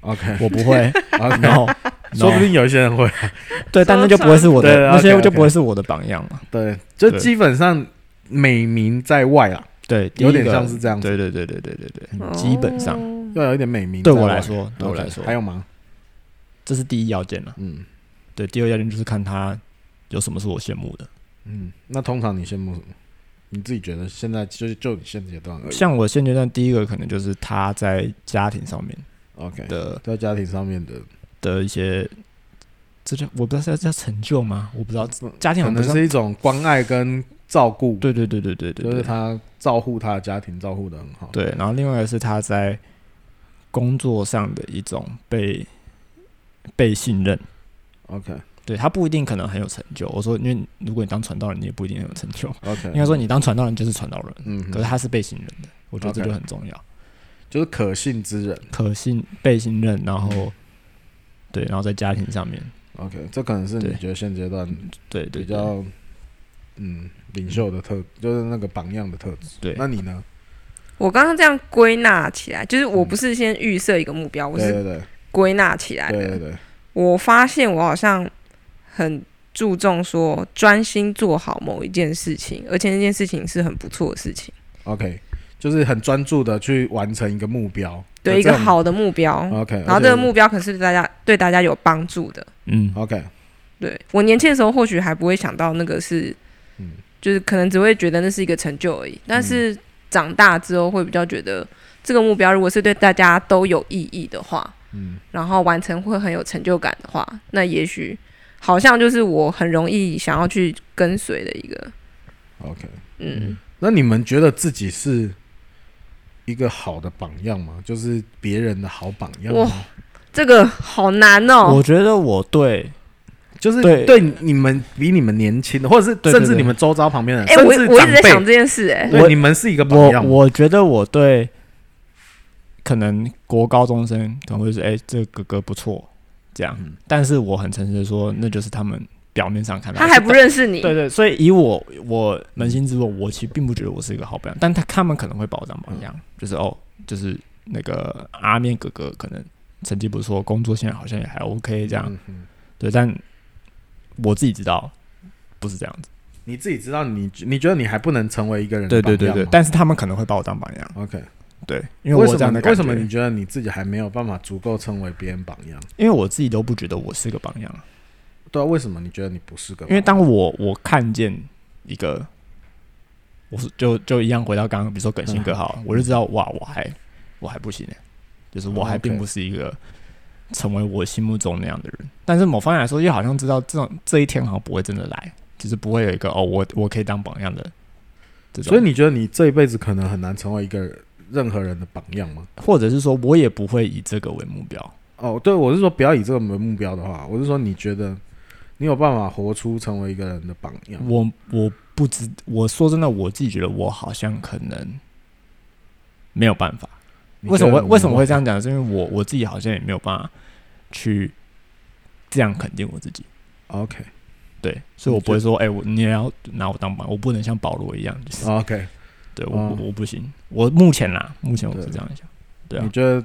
A: ，OK，
C: 我啊 不会，
A: OK，
C: 然后
A: 说不定有一些人会。
C: 对，但那就不会是我的
A: 对，
C: 那些
A: OK，OK
C: 就不会是我的榜样嘛。
A: 对，就
C: 对
A: 基本上美名在外啦，
C: 对，第一
A: 有点
C: 个
A: 像是这样子，
C: 对对对对对对对，
B: 哦
C: 基本上
A: 要有一点美名。
C: 对我来，说，对我
A: OK，
C: 来说
A: 还，有吗？
C: 这是第一要件了。啊
A: 嗯
C: 对，第二要件就是看他有什么是我羡慕的。
A: 嗯，那通常你羡慕什么？你自己觉得现在就就你现阶段而已。
C: 像我现阶段第一个可能就是他在家庭上面
A: OK，
C: 的
A: 在家庭上面的，
C: 的一些，这叫我不知道是叫成就吗？我不知道家
A: 嗯
C: 庭
A: 可
C: 好像不
A: 能是一种关爱跟照顾，
C: 对对对对对对，
A: 就是
C: 对
A: 他照顾他的家庭，照顾的很好。
C: 对，然后另外一个是他在工作上的一种被被信任。
A: ，OK
C: 对他不一定可能很有成就，我说，因为如果你当传道人，你也不一定很有成就。
A: OK，
C: 应该说，你当传道人就是传道人，
A: 嗯哼，
C: 可是他是被信任的，我觉得这
A: OK
C: 就很重要。
A: 就是可信之人。
C: 可信、被信任，然
A: 嗯
C: 后对，然后在家庭上面，
A: OK，这可能是你
C: 对
A: 觉得现阶段
C: 对对
A: 比
C: 对
A: 较嗯领袖的特，就是那个榜样的特质。
C: 对
A: 那你呢？
B: 我刚刚这样归纳起来，就是我不是先预设一个目标，我
A: 对
B: 是
A: 对对
B: 归纳起来
A: 嗯对对
B: 的。
A: 对，
B: 我发现我好像很注重说专心做好某一件事情，而且那件事情是很不错的事情。
A: OK，就是很专注的去完成一个目标，有
B: 对一
A: 这嗯
B: 个
A: 种
B: 好的目标，
A: OK，
B: 然后这个目标可是大家对大家有帮助的。
C: 嗯，
A: OK，
B: 对我年轻的时候，或许还不会想到那个是，
A: 嗯
B: 就是可能只会觉得那是一个成就而已。但是长大之后，会比较觉得这个目标如果是对大家都有意义的话，
A: 嗯，
B: 然后完成会很有成就感的话，那也许好像就是我很容易想要去跟随的一个，
A: OK。
B: 嗯，
A: 那你们觉得自己是一个好的榜样吗？就是别人的好榜样吗？
B: 这个好难哦
C: 我。觉得我对
A: 就是
C: 对
A: 对你们比你们年轻的，或者是
C: 对对
A: 甚至
C: 对
A: 你们周遭旁边的人，
B: 哎、我
A: 甚至
B: 我一直在
A: 长辈
B: 想这件事、哎，
A: 对
C: 我
A: 你们是一个榜
C: 我
A: 样吗。
C: 我觉得我对可能国高中生可能会说，哎、这个哥哥不错，这样，
A: 嗯
C: 但是我很诚实的说，那就是他们表面上看到
B: 他还不。认识你，
C: 对对，所以以我我扪心自问，我其实并不觉得我是一个好榜样，但他他们可能会把我当
A: 嗯
C: 榜样，就是哦，就是那个阿面哥哥可能成绩不错，工作现在好像也还 OK 这样，
A: 嗯嗯
C: 对，但我自己知道不是这样子，
A: 你自己知道你，你觉得你还不能成为一个人的
C: 对
A: 榜
C: 对
A: 样
C: 对对，
A: 吗
C: 但是他们可能会把我当榜样，
A: OK，
C: 对，因为我有
A: 什
C: 这样的
A: 么
C: 感
A: 为
C: 觉，
A: 什么你觉得你自己还没有办法足够成为别人榜样？
C: 因为我自己都不觉得我是个榜样，
A: 对啊，为什么你觉得你不是个榜样？
C: 因为当我我看见一个，我是就就一样回到刚刚，比如说耿新
A: 嗯
C: 哥好了，我就知道哇，我还我还不行呢、就是我
A: 哦
C: 还
A: ，OK
C: 并不是一个成为我心目中那样的人。但是某方面来说，又好像知道这种这一天好像不会真的来，就是不会有一个哦，我我可以当榜样的这种。
A: 所以你觉得你这一辈子可能很难成为一个任何人的榜样吗？
C: 或者是说我也不会以这个为目标。
A: 哦，对，我是说不要以这个为目标的话，我是说你觉得你有办法活出成为一个人的榜样？
C: 我我不知，我说真的，我自己觉得我好像可能没有办法。
A: 你
C: 为什
A: 觉
C: 么会
A: 得你
C: 为什么会这样讲？是因为我我自己好像也没有办法去这样肯定我自己，
A: ？OK
C: 对，所以我不会说，哎、我你也要拿我当榜，我不能像保罗一样，就是、
A: OK，
C: 对我、
A: 哦
C: 我我不行，我目前啦，目前我是
A: 对
C: 这样想，对
A: 你
C: 啊，
A: 觉得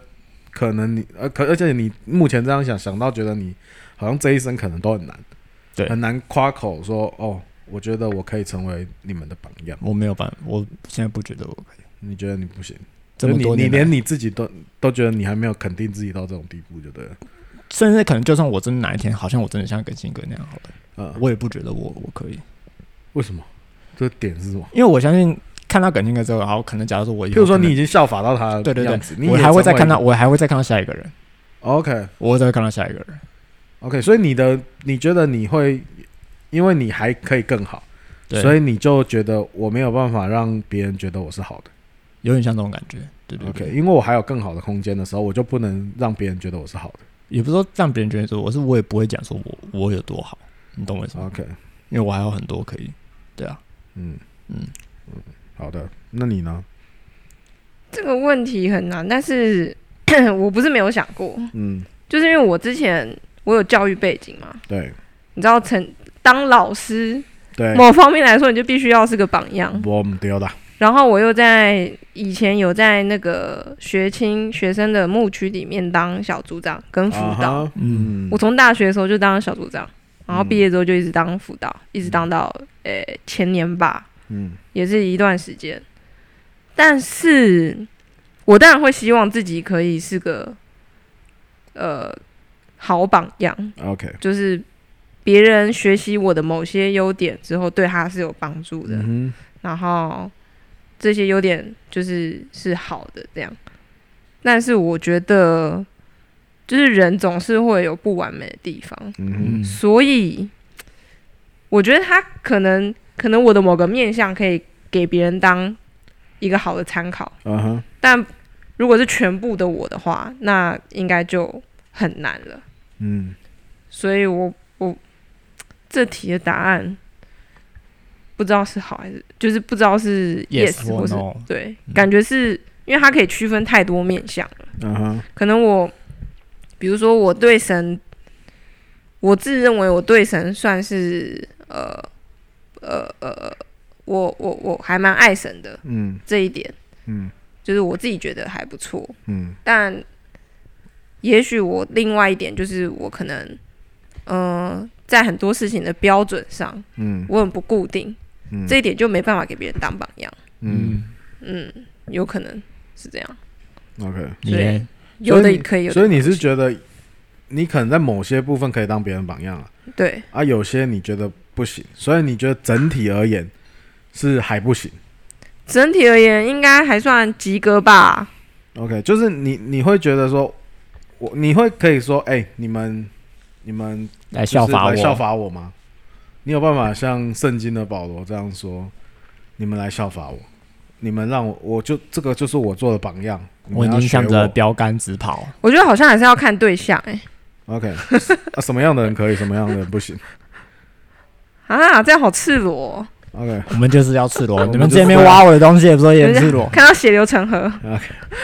A: 可能你呃，可而且你目前这样想，想到觉得你好像这一生可能都很难，
C: 对
A: 很难夸口说哦，我觉得我可以成为你们的榜样。
C: 我没有办法，我现在不觉得我可以，
A: 你觉得你不行，
C: 这么
A: 就
C: 多
A: 你你
C: 年来
A: 连你自己都都觉得你还没有肯定自己到这种地步，就对了。
C: 甚至可能就算我真的哪一天，好像我真的像耿新哥那样好了，
A: 嗯，
C: 我也不觉得我我可以，
A: 为什么？这个点是什么？
C: 因为我相信看到耿新哥之后，然后可能假如说我以
A: 譬
C: 后
A: 如说
C: 可能
A: 你已经效法到他
C: 对
A: 的
C: 对
A: 样子，
C: 对，我还会再看到，
A: 你
C: 我还会再看到下一个人，
A: 也成为 OK
C: 我会再看到下一个人，
A: OK，所以你的你觉得你会，因为你还可以更好，
C: 对，
A: 所以你就觉得我没有办法让别人觉得我是好的。
C: 有点像这种感觉，对对对。
A: OK，因为我还有更好的空间的时候，我就不能让别人觉得我是好的。
C: 也不是说让别人觉得说我是我也不会讲说我我有多好，你懂我意思吗？
A: OK，
C: 因为我还有很多可以，对啊，
A: 嗯
C: 嗯，
A: 好的，那你呢？
B: 这个问题很难，但是 我不是没有想过，
A: 嗯，
B: 就是因为我之前我有教育背景嘛，
A: 对
B: 你知道成当老师
A: 对，
B: 某方面来说，你就必须要是个榜样。
A: 我们丢的，
B: 然后我又在以前有在那个学青学生的牧区里面当小组长跟辅导，
A: 啊哈
C: 嗯
B: 我从大学的时候就当小组长，然后
A: 嗯
B: 毕业之后就一直当辅导，一直当到呃、前年吧，
A: 嗯
B: 也是一段时间。但是我当然会希望自己可以是个呃好榜样，
A: ，OK，
B: 就是别人学习我的某些优点之后，对他是有帮助的。
A: 嗯
B: 然后这些优点就是是好的这样。但是我觉得，就是人总是会有不完美的地方，
A: 哼嗯
C: 嗯
A: 哼，
B: 所以我觉得他可能可能我的某个面相可以给别人当一个好的参考，
A: 嗯哼，
B: 但如果是全部的我的话，那应该就很难了。
A: 嗯，
B: 所以我我这题的答案不知道是好还是就是不知道是
C: Yes
B: yes,
C: 或
B: 或是
C: no 嗯
B: 对，感觉是因为它可以区分太多面相了。
A: 嗯哼，
B: 可能我比如说我对神，我自认为我对神算是呃呃呃，我我我还蛮爱神的
A: 嗯
B: 这一点，
A: 嗯
B: 就是我自己觉得还不错。
A: 嗯
B: 但也许我另外一点就是，我可能，呃，在很多事情的标准上，
A: 嗯
B: 我很不固定，
A: 嗯，
B: 这一点就没办法给别人当榜样。
A: 嗯
B: 嗯，有可能是这样。
A: OK，
C: 你
B: 对
C: 嘞
B: 有
A: 所
B: 的
A: 以你
B: 可以，有的
A: 所以你
B: 不
A: 是
B: 行
A: 觉得你可能在某些部分可以当别人榜样啊，
B: 对
A: 啊，有些你觉得不行，所以你觉得整体而言是还不行。
B: 整体而言应该还算及格吧？
A: OK，就是你你会觉得说，我你会可以说，哎、你们你们
C: 来
A: 就
C: 效
A: 是
C: 法我，
A: 来效法我吗？你有办法像圣经的保罗这样说，你们来效法我，你们让我，我就这个就是我做的榜样。你
C: 我
A: 们
C: 已
A: 要
C: 经
A: 学
C: 向着
A: 我。
C: 标杆直跑。
B: 我觉得好像还是要看对象哎、
A: OK，啊， 什么样的人可以，什么样的人不行
B: 啊，这样好赤裸哦、
A: ？OK，
C: 我们就是要赤裸，
A: 我们
C: 你们
A: 就是
C: 这边挖我的东西也不说也很赤 裸。
B: 看到血流成河，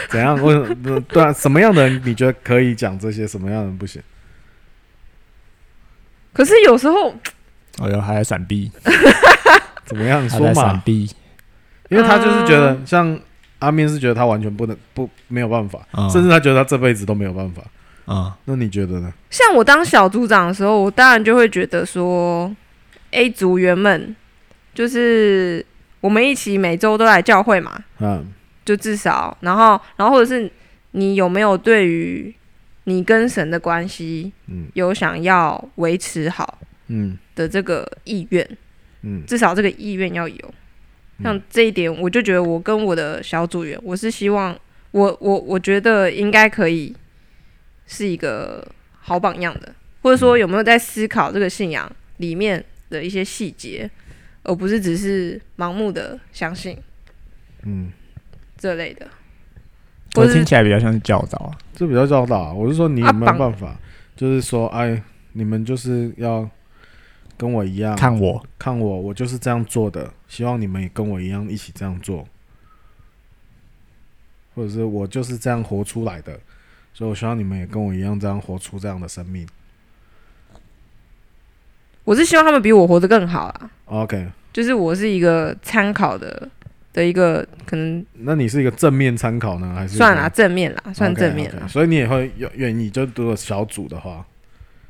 A: 怎样？为什么？对啊，什么样的人你觉得可以讲这些，什么样的人不行？
B: 可是有时候
C: 哎呦，还在闪避，
A: 怎么样
C: 还
A: 说
C: 在闪
A: 嘛？
C: 避，
A: 因为他就是觉得，像阿面是觉得他完全不能不没有办法，
C: 嗯
A: 甚至他觉得他这辈子都没有办法。
C: 啊、
A: 那你觉得呢？
B: 像我当小组长的时候，我当然就会觉得说，A 组员们就是我们一起每周都来教会嘛，
A: 嗯
B: 就至少，然后，然后或者是你有没有对于你跟神的关系
A: 嗯
B: 有想要维持好
A: 嗯
B: 的这个意愿，
A: 嗯
B: 至少这个意愿要有。像这一点，我就觉得我跟我的小组员，我是希望我我我觉得应该可以是一个好榜样的，或者说有没有在思考这个信仰里面的一些细节，而不是只是盲目的相信
A: 嗯，
B: 这类的。
C: 我
B: 或是
C: 听起来比较像是教导啊。
A: 这比较教导啊。我是说你有没
B: 啊
A: 有
B: 绑
A: 办法？就是说，哎，你们就是要跟我一样
C: 看我，
A: 看我，我就是这样做的，希望你们也跟我一样一起这样做，或者是我就是这样活出来的，所以我希望你们也跟我一样这样活出这样的生命。
B: 我是希望他们比我活得更好啦，
A: OK，
B: 就是我是一个参考的的一个可能
A: 那你是一个正面参考呢，还是
B: 算啦，正面啦，算正面
A: o k
B: 啦，
A: 所以你也会愿愿意，就如果小组的话，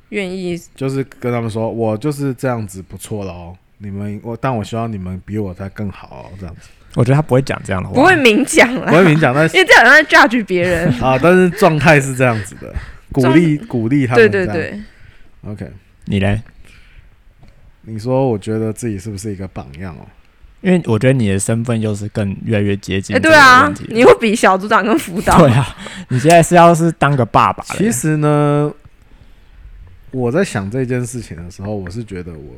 B: 愿意
A: 就是跟他们说，我就是这样子不错了哦。你们我，但我希望你们比我再更好、哦，这 样子。
C: 我觉得他不会讲这样的话，
B: 不会明讲
A: 我
B: 啦，
A: 会明讲，但是
B: 因为这样好像在 judge 别人。
A: 啊，但是状态是这样子 的，鼓励鼓励他
B: 对
A: 们这
B: 对
A: 样。
B: 对，
A: OK，
C: 你嘞？
A: 你说我觉得自己是不是一个榜样哦？
C: 因为我觉得你的身份又是更越来越接近
B: 哎，
C: 这
B: 对
C: 个
B: 啊
C: 问题，了。
B: 你会比小组长跟辅导，
C: 对啊，你现在是要是当个爸爸了，
A: 其实呢，我在想这件事情的时候，我是觉得我，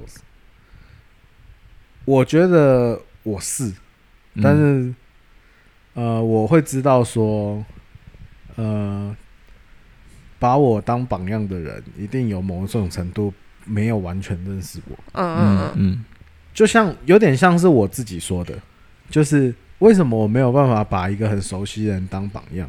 A: 我觉得我是，
C: 嗯
A: 但是，呃，我会知道说，呃，把我当榜样的人，一定有某种程度没有完全认识我。
B: 嗯嗯
C: 嗯
B: 嗯，
C: 嗯，
A: 就像有点像是我自己说的，就是为什么我没有办法把一个很熟悉的人当榜样，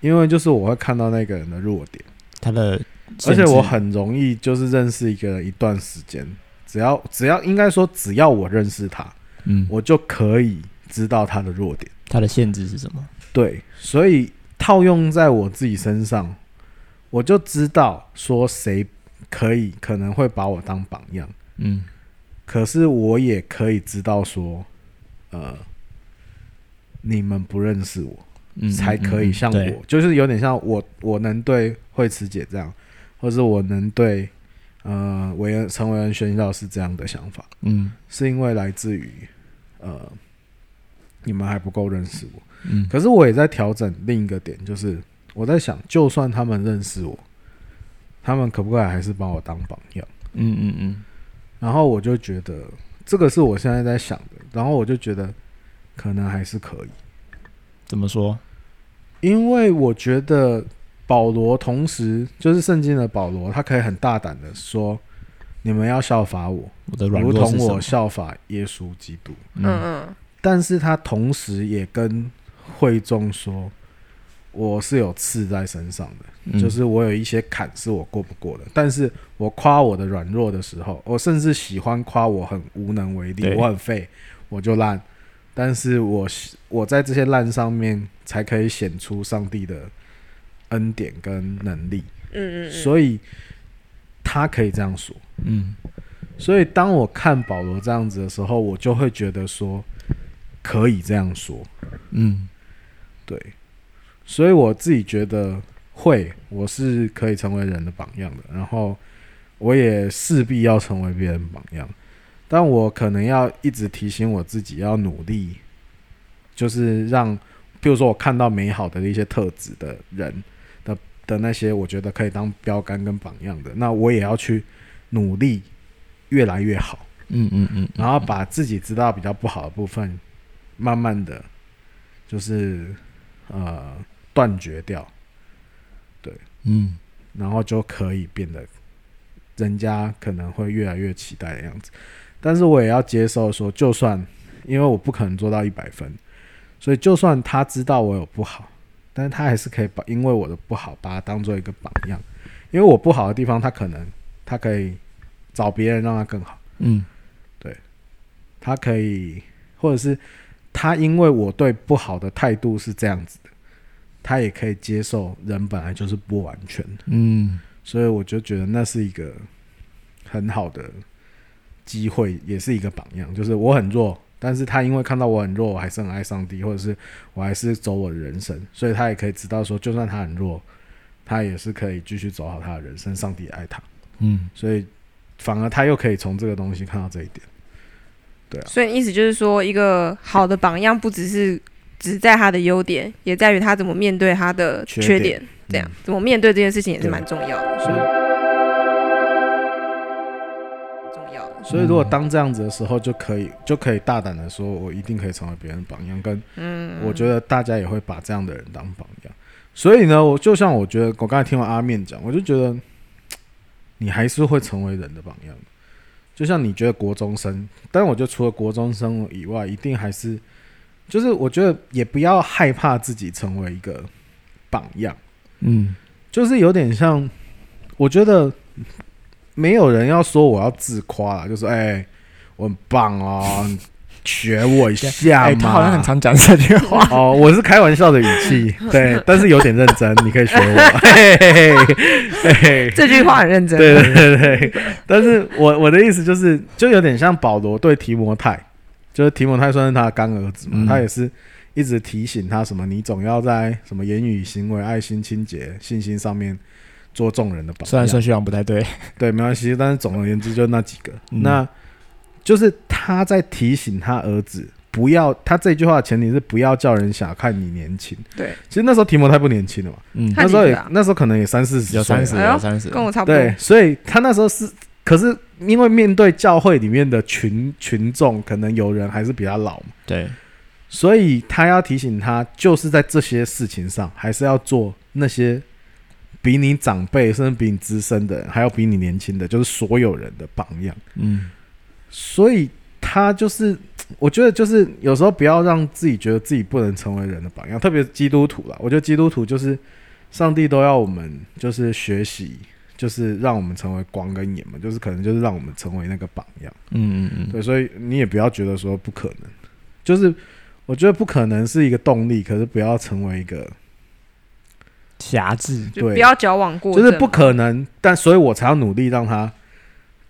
A: 因为就是我会看到那个人的弱点，
C: 他的
A: 而
C: 限制，
A: 且我很容易就是认识一个人一段时间，只要只要应该说只要我认识他，
C: 嗯，
A: 我就可以知道他的弱点。
C: 他的限制是什么？
A: 对，所以套用在我自己身上，我就知道说谁可以可能会把我当榜样，
C: 嗯
A: 可是我也可以知道说，呃，你们不认识我，
C: 嗯，
A: 才可以像我，
C: 对
A: 就是有点像我，我能对惠慈姐这样，或是我能对呃韦恩陈韦恩宣教师这样的想法，
C: 嗯
A: 是因为来自于呃你们还不够认识我。
C: 嗯
A: 可是我也在调整另一个点，就是我在想，就算他们认识我，他们可不可以还是把我当榜样？
C: 嗯嗯嗯，
A: 然后我就觉得这个是我现在在想的，然后我就觉得可能还是可以。
C: 怎么说？
A: 因为我觉得保罗同时就是圣经的保罗，他可以很大胆的说：“你们要效法我，
C: 我的软
A: 如
C: 弱是
A: 同
C: 什
A: 我
C: 么？
A: 效法耶稣基督。
B: 嗯嗯，”
A: 但是他同时也跟会众说：“我是有刺在身上的，
C: 嗯
A: 就是我有一些坎是我过不过的。但是我夸我的软弱的时候，我甚至喜欢夸我很无能为力
C: 对，
A: 我很废，我就烂。但是我我在这些烂上面才可以显出上帝的恩典跟能力，
B: 嗯嗯嗯，
A: 所以他可以这样说。
C: 嗯
A: 所以当我看保罗这样子的时候，我就会觉得说可以这样说，
C: 嗯，
A: 对。所以我自己觉得会，我是可以成为人的榜样的，然后我也势必要成为别人榜样，但我可能要一直提醒我自己要努力，就是让，比如说我看到美好的一些特质的人的的那些，我觉得可以当标杆跟榜样的，那我也要去努力越来越好。
C: 嗯嗯嗯，
A: 然后把自己知道比较不好的部分，慢慢的，就是呃断绝掉，
C: 嗯
A: 然后就可以变得人家可能会越来越期待的样子。但是我也要接受说，就算因为我不可能做到一百分，所以就算他知道我有不好，但是他还是可以把因为我的不好把它当做一个榜样，因为我不好的地方，他可能他可以找别人让他更好。
C: 嗯
A: 他可以，或者是他因为我对不好的态度是这样子的，他也可以接受人本来就是不完全的，
C: 嗯
A: 所以我就觉得那是一个很好的机会，也是一个榜样。就是我很弱，但是他因为看到我很弱，我还是很爱上帝，或者是我还是走我的人生，所以他也可以知道说，就算他很弱，他也是可以继续走好他的人生，上帝也爱他，
C: 嗯，
A: 所以反而他又可以从这个东西看到这一点。
B: 所以意思就是说，一个好的榜样不只是只在他的优点，也在于他怎么面对他的
A: 缺
B: 缺
A: 点
B: 点，这样、怎么面对这件事情也是
A: 对
B: 蛮重要的。
A: 所以
B: 重要的，
A: 所以，如果当这样子的时候，就可以就可以大胆的说，我一定可以成为别人的榜样，跟
B: 嗯，
A: 我觉得大家也会把这样的人当榜样。所以呢，我就像我觉得我刚才听完阿面讲，我就觉得嘖你还是会成为人的榜样。就像你觉得国中生，但我觉得除了国中生以外，一定还是就是我觉得也不要害怕自己成为一个榜样。
C: 嗯
A: 就是有点像，我觉得没有人要说我要自夸啦，就是哎、我很棒哦，你学我一下
C: 哎，
A: 嘛。
C: 他好像很常讲这句 话，
A: 哦，我是开玩笑的语 气，对，但是有点认真，你可以学我。 嘿嘿嘿嘿嘿
B: 这句话很认真。
A: 对对对对，但是我我的意思就是，就有点像保罗对提摩太，就是提摩太算是他的干儿子嘛，
C: 嗯
A: 他也是一直提醒他什么，你总要在什么言语、行为、爱心、清洁、信心上面做众人的榜样。
C: 虽然顺序好像不太对，
A: 对，没关系，但是总而言之就那几个，
C: 嗯
A: 那就是他在提醒他儿子。不要，他这句话的前提是不要叫人小看你年轻。
B: 对，
A: 其实那时候提摩太不年轻了嘛，
C: 嗯，
B: 他
A: 那时候
B: 几岁
A: 也
B: 啊
A: 那时候可能也三四十岁啊
C: 有
A: 了，
C: 三十，
B: 哎呦
C: 有三十，
B: 跟我差不多。
A: 对，所以他那时候是，可是因为面对教会里面的群群众，可能有人还是比他老嘛，
C: 对，
A: 所以他要提醒他，就是在这些事情上，还是要做那些比你长辈，甚至比你资深的人，还有比你年轻的，就是所有人的榜样。
C: 嗯
A: 所以他就是，我觉得就是有时候不要让自己觉得自己不能成为人的榜样，特别是基督徒啦。我觉得基督徒就是上帝都要我们就是学习，就是让我们成为光跟盐嘛，就是可能就是让我们成为那个榜样。
C: 嗯嗯嗯，
A: 对，所以你也不要觉得说不可能，就是我觉得不可能是一个动力，可是不要成为一个
C: 瑕疵，
B: 就
A: 对
B: 不要矫枉过
A: 就
B: 正嘛，
A: 是不可能，但所以我才要努力让他，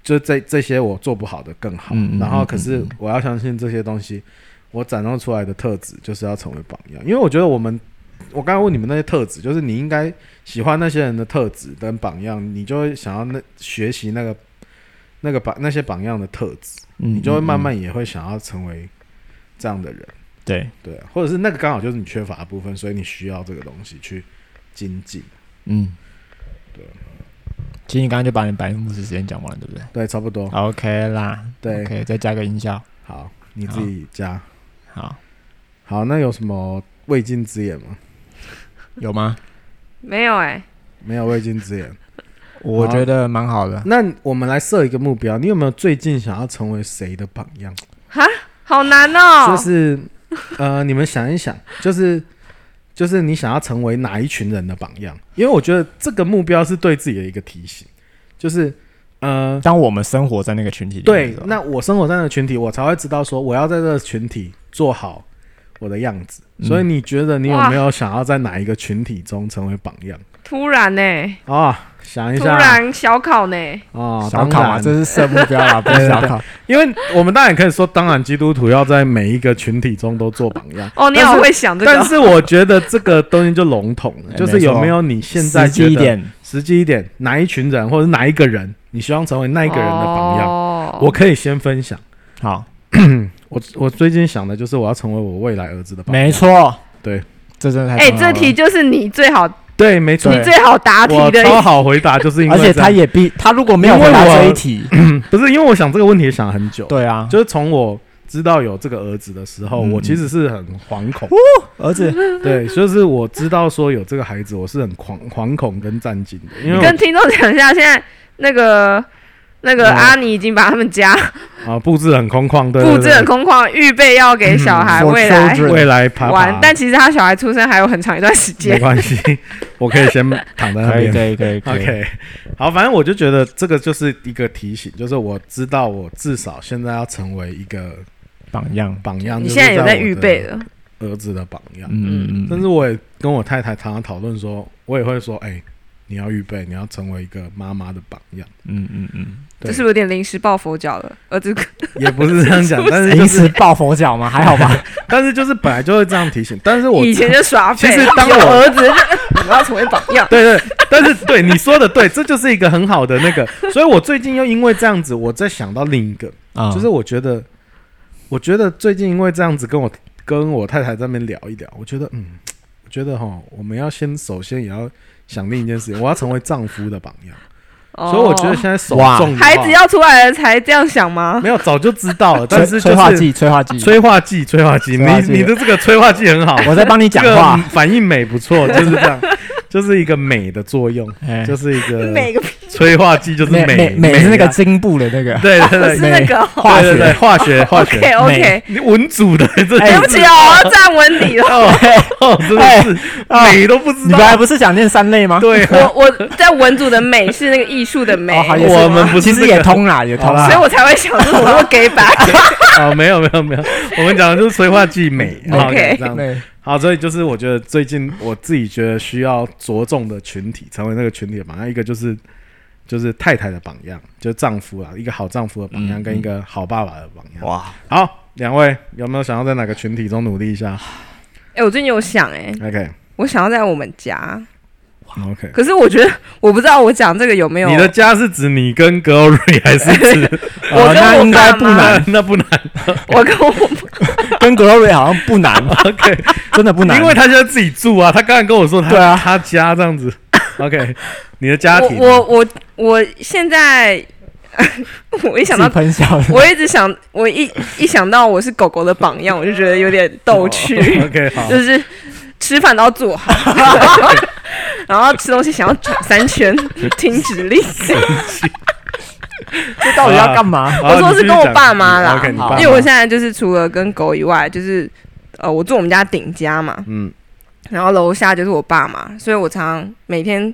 A: 就这这些我做不好的更好。
C: 嗯嗯
A: 然后，
C: 嗯
A: 可是
C: 嗯
A: 我要相信这些东西，我展露出来的特质就是要成为榜样。因为我觉得我们，我刚才问你们那些特质，就是你应该喜欢那些人的特质跟榜样，你就会想要那学习那个那个榜那些榜样的特质，
C: 你
A: 你就会
C: 嗯
A: 慢慢也会想要成为这样的人。
C: 对，
A: 对啊，或者是那个刚好就是你缺乏的部分，所以你需要这个东西去精进。
C: 嗯，
A: 对。
C: 其实你刚刚就把你白目的时间讲完了，对不对
A: 对，差不多。
C: ？OK 啦
A: 哦对
C: ，OK，再加个音效，
A: 好，你自己加。
C: 好，
A: 好，那有什么未尽之言吗？
C: 有吗？
B: 没有哎、
A: 没有未尽之言。
C: 我觉得蛮好的，
A: 那我们来设一个目标，你有没有最近想要成为谁的榜样？
B: 好难哦、
A: 就是呃，你们想一想，就是就是你想要成为哪一群人的榜样？因为我觉得这个目标是对自己的一个提醒，就是呃，
C: 当我们生活在那个群体里面的
A: 对
C: 时候，，
A: 那我生活在那个群体，我才会知道说我要在这个群体做好我的样子。所以你觉得你有没有想要在哪一个群体中成为榜样？
B: 突然呢、
A: 啊，想一
B: 突
A: 下
B: 然小考呢、
A: 啊，
C: 小
A: 当
C: 考嘛，
A: 然
C: 这，是设目标啦，不是小 考。
A: 因为我们当然可以说，当然基督徒要在每一个群体中都做榜样。
B: 哦，你
A: 但
B: 好
A: 是
B: 会 想这个
A: 但是我觉得这个东西就笼统了，
C: 哎
A: 就是有没有你现在
C: 实际
A: 觉
C: 一
A: 得
C: 点，
A: 实际一点，哪一群人或者是哪一个人，你希望成为那一个人的榜样？
B: 哦、
A: 我可以先分享。
C: 好，
A: 我我最近想的就是我要成为我未来儿子的榜样。
C: 没错，
A: 对，
C: 这真的太
B: 哎、
C: 重要
B: 这
C: 了
B: 题就是你最好
A: 对，没错
B: 你，最好答题
A: 我
B: 的
A: 超好回答，就是因为
C: 而且
A: 这
C: 他
A: 样
C: 也必他如果没有回答
A: 因为我
C: 这一题，
A: 不是因为我想这个问题也想很久，，
C: 对啊，
A: 就是从我知道有这个儿子的时候，
C: 嗯
A: 我其实是很惶恐，
C: 儿子
A: 对，就是我知道说有这个孩子，我是很惶惶恐跟战惊的，因为
B: 跟
A: 我
B: 听众讲一下，现在那个那个
A: 嗯
B: 阿尼已经把他们家
A: 啊布置很空旷，对对
B: 布
A: 嗯
B: 置
A: 对
B: 很空旷，预备要给小孩
C: for
B: 未来
C: children
A: 未来爬
B: 玩
A: 爬，，
B: 但其实他小孩出生还有很长一段时
A: 没
B: 间。
A: 关 系，我可以先躺在那
C: 可以
A: 边，
C: 可以可以可以
A: OK，好，反正我就觉得这个就是一个提醒，就是我知道我至少现在要成为一个
C: 榜样，
A: 榜样。
B: 你
A: 就是
B: 现在有
A: 在
B: 在预备了，
A: 我的儿子的榜样，
C: 嗯嗯
A: 甚
C: 嗯，
A: 至我也跟我太太常常讨论说，我也会说，哎、你要预备，你要成为一个妈妈的榜样。
C: 嗯嗯嗯，
B: 这
A: 对，
B: 是不是有点临时抱佛脚了？儿子，
A: 也不是这样 讲，但是
C: 临
A: 就是
C: 时抱佛脚吗？还 好吧，
A: 但是就是本来就会这样提醒，但是 我
B: 以前就耍废，
A: 其实当
B: 有
A: 我
B: 儿子就你要成为榜 样。
A: 对对，但是对你说的对，这就是一个很好的那 个，所以我最近又因为这样子，我在想到另一个，
C: 啊，
A: 就是我觉得，我觉得最近因为这样子跟我跟我太太在那边聊一聊，我觉得嗯，我觉得哈，我们要先首先也要想另一件事情，我要成为丈夫的榜样，所以我觉得
B: 哦
A: 现在手
C: 哇
A: 重的话
B: 孩子要出来了才这样想吗？
A: 没有早就知道了，
C: 催
A: 但是就
C: 催化
A: 是
C: 剂，催化剂，
A: 催化剂，催化剂，你
C: 催化剂
A: 你的这个催化剂很好，
C: 我在帮你
A: 这
C: 讲
A: 个
C: 话，
A: 反应美不 错，就是这样，就是一个美的作用，
C: 哎
A: 就是一个
B: 每个
A: 催化剂，就是
C: 美
A: 美
C: 美是那个
A: 啊
C: 茎部的那个
A: 对对
B: 不
A: 对
B: 是
A: 对
B: 那个哦。
C: 化
A: 对对
C: 学，哎
A: 化 学化
B: OK
A: 学，
B: OK，
C: 美
A: 你文组的这
B: 对不起哦，我要站稳你 了。
A: 哦，哦真的是
C: 啊哎
A: 美都不知
C: 你本来
A: 道。
C: 不是想念三类吗？
A: 对啊，
B: 我我在文组的美是那个艺术的美
C: 哦，，好也是
A: 我们不是
C: 其实
A: 这个
C: 也通啦，也通啦
B: 所以。我才会想说怎么那么 gay 白。
A: 哦，没有没有没有，我们讲的就是催化剂美。好
B: OK
A: 这样
C: 对，
A: 好，所以就是我觉得最近我自己觉得需要着重的群体，成为那个群体的榜样，一个就是就是太太的榜样，就是丈夫啊，一个好丈夫的榜样，
C: 嗯
A: 跟一个好爸爸的榜样。
C: 哇，
A: 好，两位有没有想要在哪个群体中努力一下
B: 哎、我最近有想哎、
A: ？OK
B: 我想要在我们家，
A: OK，
B: 可是我觉得我不知道我讲这个有没有
A: 你的家是指 你跟 Glory 还是 指
B: 我
C: 呃
B: 跟
C: 那
B: 我
C: 应该
B: 爸
C: 不
B: 妈
C: 难，
A: 那不难
B: 我跟我
C: 跟 Glory 好像不难，
A: ？OK，
C: 真 的不 难，
A: 因为他现在自己住啊，他刚才跟我说他
C: 对啊
A: 他家这样子。OK，你的家庭，
B: 我我我我现在 我一想
C: 自
B: 到。
C: 己喷笑的。
B: 我一直想，我一一想到我是狗狗的榜样，我就觉得有点逗趣，
A: OK 好
B: 就，是吃饭都要坐好， 然后吃东西想要转三圈， 听指令。
C: 这到底要干嘛？
A: 好
B: 我说
A: 你继
B: 是
A: 续
B: 跟我
A: 讲
B: 爸妈啦
A: OK，你爸
C: 好
A: 妈，
B: 因为我现在就是除了跟狗以外，就是呃，我住我们家顶家嘛，
A: 嗯
B: 然后楼下就是我爸妈，所以我常常每天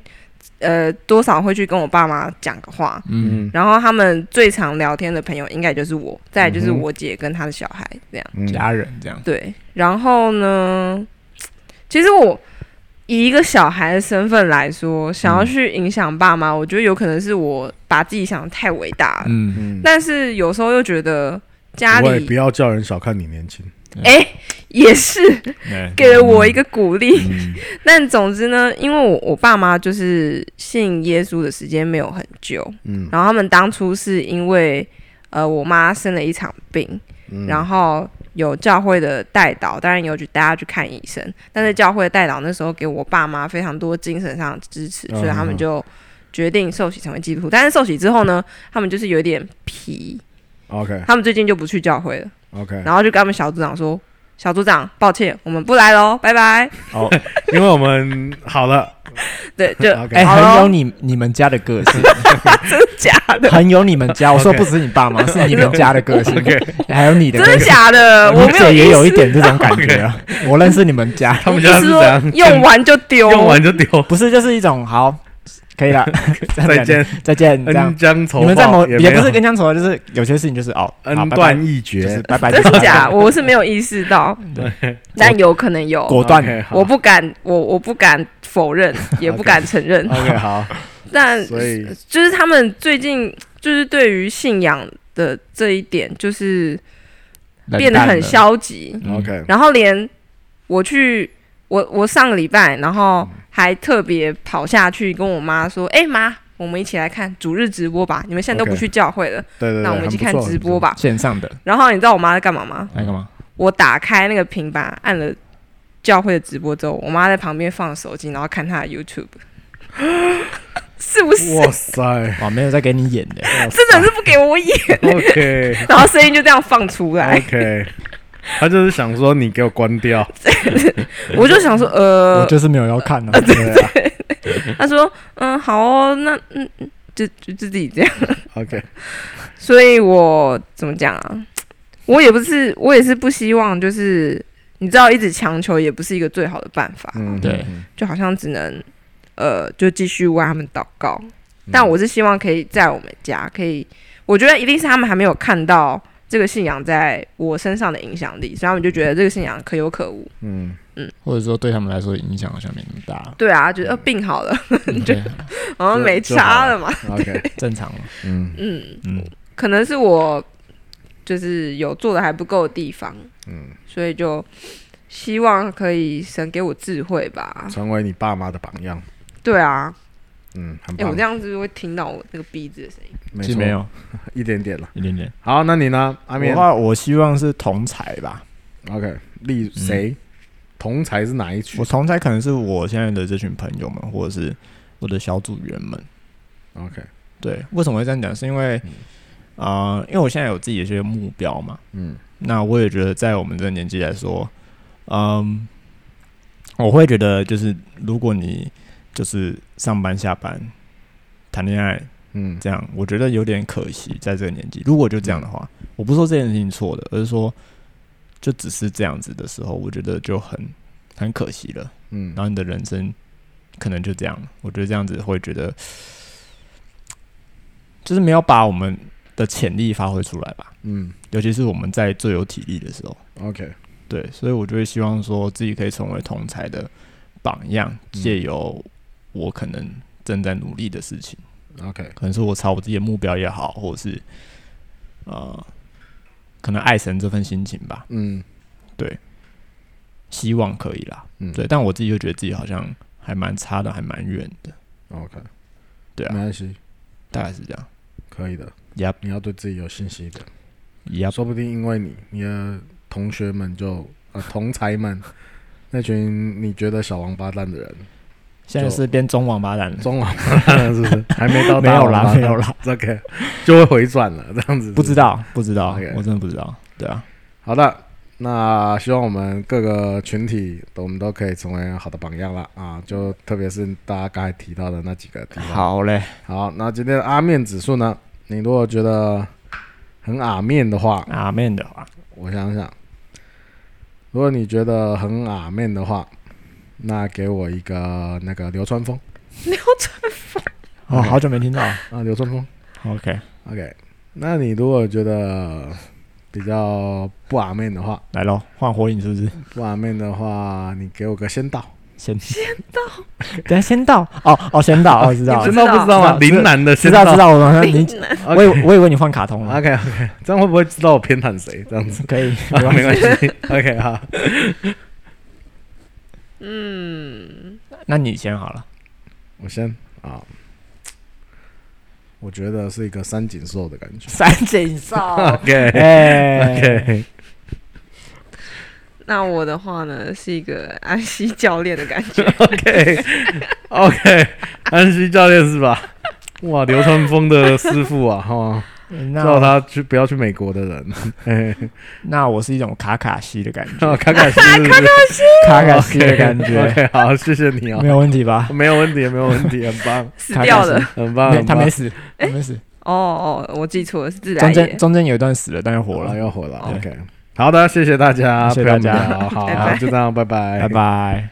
B: 呃多少会去跟我爸妈讲个话。
A: 嗯
B: 然后他们最常聊天的朋友应该就是我，再来就是
A: 嗯哼
B: 我姐跟她的小孩这样。
A: 嗯
C: 家人这样，
B: 对，然后呢，其实我以一个小孩的身份来说，
A: 嗯
B: 想要去影响爸妈，我觉得有可能是我把自己想的太伟大了，
C: 嗯，
A: 嗯，
B: 但是有时候又觉得家
A: 不会不
B: 里
A: 要叫人小看你年轻。哎
B: 哎、也是
C: 对，
B: 给了我一个鼓励。
A: 嗯
B: 但总之呢，因为我我爸妈就是信耶稣的时间没有很久，
A: 嗯
B: 然后他们当初是因为呃我妈生了一场病，
A: 嗯
B: 然后有教会的代祷，当然有去带她去看医生，但是教会的代祷那时候给我爸妈非常多精神上的支持，
A: 嗯
B: 所以他们就决定受洗成为基督徒。但是受洗之后呢，他们就是有一点皮，
A: OK
B: 他们最近就不去教会了，
A: OK，
B: 然后就跟他们小组长说。小组长，抱歉，我们不来喽，拜拜。
A: 好，因为我们好了，
B: 对，就
A: OK
C: 哎，
B: 好
C: 很有
B: 喽，
C: 你你们家的个性，
B: 假的，
C: 很有你们家。我说
A: OK
C: 不止你爸妈，是你们家的个 性
A: OK，
C: 还有你的
B: 真
C: 个
B: 的
C: 性。
B: 假的？我
C: 你
B: 没
C: 姐也有
B: 有
C: 一
B: 意思，
C: 点这种感觉啊。我认识你们家，
A: 他们
B: 就
A: 家
B: 是
A: 怎
B: 说
A: 样
B: 用完就丢，
A: 用完就丢，
C: 不是就是一种好 可以了，这样
A: 再见，
C: 再见，这样
A: 恩。将仇报
C: 你们在某
A: 也
C: 也不
A: 没
C: 是
A: 有
C: 跟江仇，就是有些事情就是哦，好
A: 恩
C: 拜
A: 断
C: 拜
A: 义
C: 就是
A: 绝，
C: 拜拜，
B: 真
C: 就是
B: 的假？我是没有意识到，但有可能有。
C: 果断
A: OK，好
B: 我不敢，我我不敢否认，也不敢承认。
A: OK 好，
B: 但
A: 所以
B: 就是他们最近就是对于信仰的这一点，就是
C: 冷
B: 变得
C: 淡
B: 很
C: 了。
B: 消极。
C: 嗯
A: OK
B: 然后连我去，我我上个礼拜，然后还特别跑下去跟我妈说：“
A: 嗯
B: 哎、妈，我们一起来看主日直播吧！你们现在都不
A: OK
B: 去教会了
A: 对对对，
B: 那我们一起看直播
A: 吧。
B: 吧。
C: 线上的”
B: 然后你知道我妈在干嘛吗？
C: 那干嘛？
B: 我打开那个平板，按了教会的直播之后，我妈在旁边放手机，然后看她的 YouTube，是不是？
A: 哇 塞
C: 哇，没有在给你演的，
B: 真的是不给我演，
A: ，OK
B: 然后声音就这样放出来，
A: OK，他就是想说你给我关 掉，
B: 我就想说，呃
C: 我，就是没有要看啊。
A: 对啊
B: 她说，嗯，好哦，那嗯，嗯就就自己这样，
A: ，OK
B: 所以我怎么讲啊？我也不是，我也是不希望，就是你知道，一直强求也不是一个最好的办法，
A: 嗯，嗯
C: 对，
A: 嗯
B: 就好像只能，呃，就继续为他们祷告。
A: 嗯
B: 但我是希望可以在我们家，可以，我觉得一定是他们还没有看到这个信仰在我身上的影响力，所以他们就觉得这个信仰可有可无。
A: 嗯
C: 或者说对他们来说影响好像没那么 大，
B: 对啊，觉得、呃、病好 了，
C: 对，
B: 好像没差了嘛。
A: OK
C: 正常嘛。
A: 嗯
B: 嗯，
C: 嗯，
B: 可能是我就是有做的还不够的地方，
A: 嗯，
B: 所以就希望可以神给我智慧吧。
A: 成为你爸妈的榜样，
B: 对啊，
A: 嗯，很
B: 哎、我
A: 棒
B: 这，样子会听到我那个鼻子的声音。
A: 没
C: 其实
A: 错
C: 没有
A: 一点点了。
C: 一点点。
A: 好，那你呢，阿
C: 我
A: 面
C: 的话，我希望是同才吧。
A: ？OK，例如
C: 嗯
A: 谁？同才是哪一群
C: 我同才可能是我现在的这群朋友们，或者是我的小组员们。
A: ？OK，
C: 对，为什么会这样讲？是因为啊、呃因为我现在有自己的一些目标嘛。
A: 嗯
C: 那我也觉得，在我们这个年纪来说，嗯，我会觉得就是，如果你就是上班、下班、谈恋爱
A: 嗯
C: 这样，我觉得有点可惜。在这个年纪，如果就这样的话，我不是说这件事情错的，而是说，就只是这样子的时候，我觉得就很很可惜了。
A: 嗯
C: 然后你的人生可能就这样了。我觉得这样子会觉得，就是没有把我们的潜力发挥出来吧，
A: 嗯
C: 尤其是我们在最有体力的时候。
A: ，OK，
C: 对，所以我就会希望说自己可以成为同才的榜样，
A: 嗯
C: 借由我可能正在努力的事情，
A: OK
C: 可能是我朝我自己的目标也好，或者是呃，可能爱神这份心情吧，
A: 嗯
C: 希望可以啦。
A: 嗯，
C: 对，但我自己就觉得自己好像还蛮差的，还蛮远的，
A: ，OK，
C: 对啊
A: 没关系，
C: 大概是这样。
A: 可以的。
C: Yep
A: 你要对自己有信心一点，
C: 也要
A: 说不定因为你，你的同学们就呃 同才们。那群你觉得小王八蛋的人，
C: 现在是变中王八蛋了，
A: 中王八蛋了是不是？还没到
C: 没
A: 大
C: 有
A: 王八
C: 啦，
A: 蛋
C: 没有啦，
A: ，OK，就会回转了，这样子是
C: 不
A: 是
C: 知。道， 不知道
A: OK，
C: 我真的不知道。对啊，
A: 好的，那希望我们各个群体，我们都可以成为好的榜样了啊！就特别是大家刚才提到的那几个地方。
C: 好嘞，
A: 好，那今天的阿面指数呢？你如果觉得很阿面的话，
C: 阿面的话，
A: 我想想，如果你觉得很阿面的话，那给我一个那个流川枫
B: 流川
C: 哦，
A: OK
C: 好久没听到了。
A: 啊，流川枫。
C: OK，
A: OK，那你如果觉得比较不阿面的话，
C: 来喽，换火影是不是？
A: 不阿面的话，你给我个仙道。
C: 先先到，等一下先到，哦哦，先到，哦，知道
B: 你知，
C: 了
B: 道不知道
C: 吗
A: 林南的
C: 知
A: 仙
C: 道知
A: 道。
C: 道，我 马上你，
B: 枫。
C: 我以为我以为你换卡通了，
A: OK OK，这样会不会知道我偏袒谁？这样子
C: 可 以，
A: 啊没关系。OK 好，
B: 嗯，
C: 那你先好了，
A: 我先啊，我觉得是一个三井寿的感觉。
C: 三井寿，
A: OK
C: 哎，
A: OK，
B: 那我的话呢，是一个安西教练的感觉。
A: OK OK，安西教练是吧？哇，流川枫的师傅啊，哈，叫
C: 那
A: 他去不要去美国的 人。嘿嘿
C: 那我是一种卡卡西的感觉，
A: 哦卡卡西是不是， 哦
C: 卡卡 西的感觉，
A: OK，好，谢谢你哦
C: 没，有问题 吧？
A: 没有问题，没有问题，很棒，
B: 死掉了。
A: 很棒，
C: 没
A: 很
C: 他
A: 棒
C: 没死，他没死，
B: 哦哦，我记错了，是自
C: 中
B: 然
C: 间
B: 也。
C: 中间有一段死了，但又活
A: 哦火
C: 了
A: 了，，又火了。
C: 对
A: OK，好的，谢谢大家，
C: 谢谢大
A: 陪我们
C: 家
A: 聊好，
B: 拜拜
A: 就这样，拜拜，
C: 拜拜。